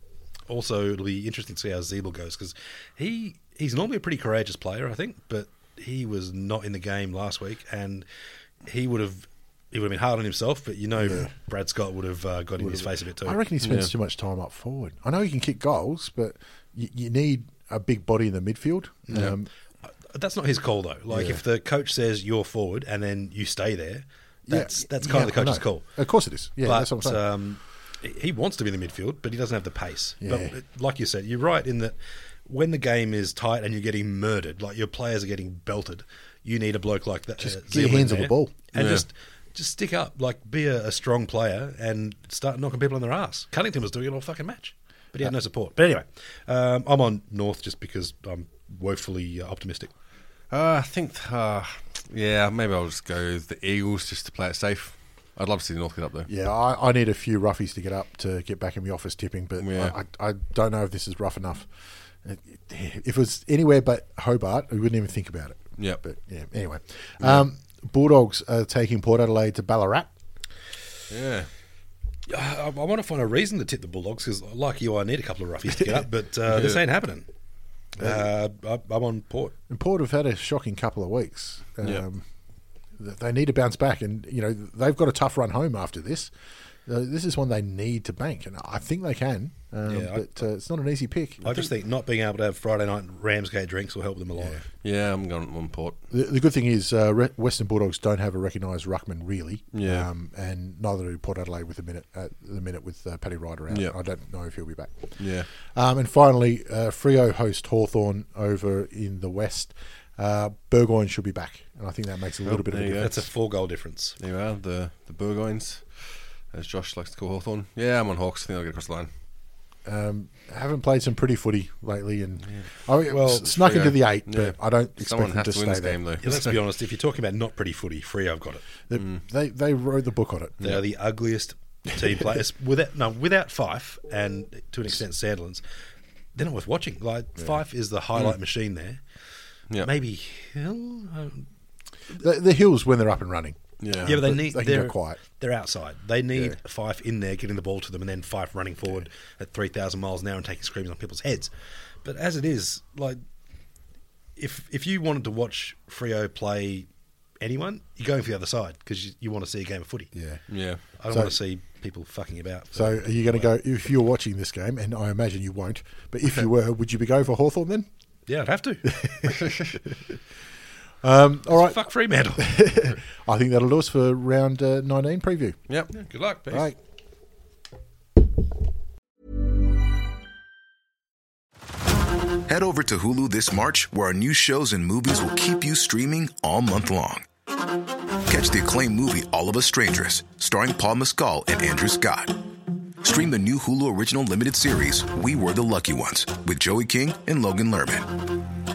[SPEAKER 3] also, it'll be interesting to see how Zeeble goes because he he's normally a pretty courageous player, I think, but he was not in the game last week, and he would have he would have been hard on himself. But you know, Brad Scott would have uh, got in his face a bit too.
[SPEAKER 1] I reckon he spends too much time up forward. I know he can kick goals, but you, you need a big body in the midfield. Um,
[SPEAKER 3] that's not his call though. Like if the coach says you're forward and then you stay there, that's
[SPEAKER 1] yeah,
[SPEAKER 3] that's kind of
[SPEAKER 1] yeah,
[SPEAKER 3] the coach's
[SPEAKER 1] I know.
[SPEAKER 3] call.
[SPEAKER 1] Of course it is. Yeah,
[SPEAKER 3] but
[SPEAKER 1] that's what I'm saying.
[SPEAKER 3] Um, he- he wants to be in the midfield, but he doesn't have the pace.
[SPEAKER 1] Yeah.
[SPEAKER 3] But like you said, you're right in that when the game is tight and you're getting murdered, like your players are getting belted, you need a bloke like that. Just
[SPEAKER 1] get your hands on the ball.
[SPEAKER 3] and
[SPEAKER 2] Yeah.
[SPEAKER 3] just just stick up, like be a, a strong player and start knocking people on their ass. Cunnington was doing it all fucking match,
[SPEAKER 1] Uh,
[SPEAKER 3] but he had no support. But anyway, um, I'm on North just because I'm woefully uh, optimistic.
[SPEAKER 2] Uh, I think, uh, yeah, maybe I'll just go with the Eagles just to play it safe. I'd love to see the North get up though.
[SPEAKER 1] yeah, I, I need a few roughies to get up to get back in the office tipping, but
[SPEAKER 2] Yeah.
[SPEAKER 1] I, I, I don't know if this is rough enough. It- it- If it was anywhere but Hobart, we wouldn't even think about it.
[SPEAKER 2] Yep.
[SPEAKER 1] But yeah, anyway. Um, Bulldogs are taking Port Adelaide to Ballarat.
[SPEAKER 2] Yeah.
[SPEAKER 3] Um, I, I want to find a reason to tip the Bulldogs because, like you, I need a couple of roughies to get up, but uh, this ain't happening. Uh, I, I'm on port.
[SPEAKER 1] And Port have had a shocking couple of weeks. Um,
[SPEAKER 2] Yeah.
[SPEAKER 1] th- They need to bounce back, and you know they've got a tough run home after this. Uh, this is one they need to bank, and I think they can. Um,
[SPEAKER 3] Yeah, I-
[SPEAKER 1] but uh, it's not an easy pick.
[SPEAKER 3] I just think not being able to have Friday night Ramsgate drinks will help them a lot.
[SPEAKER 2] Yeah, I'm going on Port.
[SPEAKER 1] The, the good thing is, uh, Re- Western Bulldogs don't have a recognised ruckman really,
[SPEAKER 2] Yeah.
[SPEAKER 1] um, and neither do Port Adelaide with a minute at the minute with uh, Paddy Ryder out.
[SPEAKER 2] Yeah.
[SPEAKER 1] I don't know if he'll be back.
[SPEAKER 2] Yeah.
[SPEAKER 1] Um, and finally, uh, Frio host Hawthorn over in the West. Uh, Burgoyne should be back, and I think that makes a little bit of a
[SPEAKER 2] Oh, there you go.
[SPEAKER 1] difference.
[SPEAKER 3] That's a four goal difference.
[SPEAKER 2] There you are, the, the Burgoynes, as Josh likes to call Hawthorn. Yeah, I'm on Hawks. I think I'll get across the line.
[SPEAKER 1] um, haven't played some pretty footy lately, and I mean,
[SPEAKER 3] Well,
[SPEAKER 1] s- snuck into the eight,
[SPEAKER 2] Yeah.
[SPEAKER 1] but I don't expect
[SPEAKER 2] Someone
[SPEAKER 1] them
[SPEAKER 2] has
[SPEAKER 1] to,
[SPEAKER 2] to,
[SPEAKER 1] stay
[SPEAKER 2] win this
[SPEAKER 1] there.
[SPEAKER 2] game, though.
[SPEAKER 3] Yeah, let's be honest. If you're talking about not pretty footy, free, I've got it.
[SPEAKER 1] They,
[SPEAKER 2] Mm.
[SPEAKER 1] they they wrote the book on it.
[SPEAKER 3] They are the ugliest team [LAUGHS] players without no without Fife and to an extent Sandlands. They're not worth watching. Like Fife is the highlight machine there.
[SPEAKER 2] Yeah.
[SPEAKER 3] Maybe Hill. Um,
[SPEAKER 1] The, the hills when they're up and running.
[SPEAKER 2] Yeah.
[SPEAKER 3] yeah, but they
[SPEAKER 1] but
[SPEAKER 3] need
[SPEAKER 1] they can
[SPEAKER 3] they're
[SPEAKER 1] go quiet.
[SPEAKER 3] They're outside. They need Fife in there getting the ball to them, and then Fife running forward at three thousand miles an hour and taking screams on people's heads. But as it is, like if if you wanted to watch Frio play anyone, you're going for the other side because you, you want to see a game of footy.
[SPEAKER 1] Yeah.
[SPEAKER 2] Yeah.
[SPEAKER 3] I don't
[SPEAKER 1] So-
[SPEAKER 3] want to see people fucking about.
[SPEAKER 1] So are you going to go if you're watching this game? And I imagine you won't. But if you were, would you be going for Hawthorn then?
[SPEAKER 3] yeah, I'd have to.
[SPEAKER 1] [LAUGHS] Um, all right.
[SPEAKER 3] Fuck Fremantle.
[SPEAKER 1] [LAUGHS] I think that'll do us for round uh, 19 preview.
[SPEAKER 2] Yep. Good luck. Peace.
[SPEAKER 1] All right.
[SPEAKER 6] Head over to Hulu this March, where our new shows and movies will keep you streaming all month long. Catch the acclaimed movie All of Us Strangers, starring Paul Mescal and Andrew Scott. Stream the new Hulu original limited series We Were the Lucky Ones with Joey King and Logan Lerman.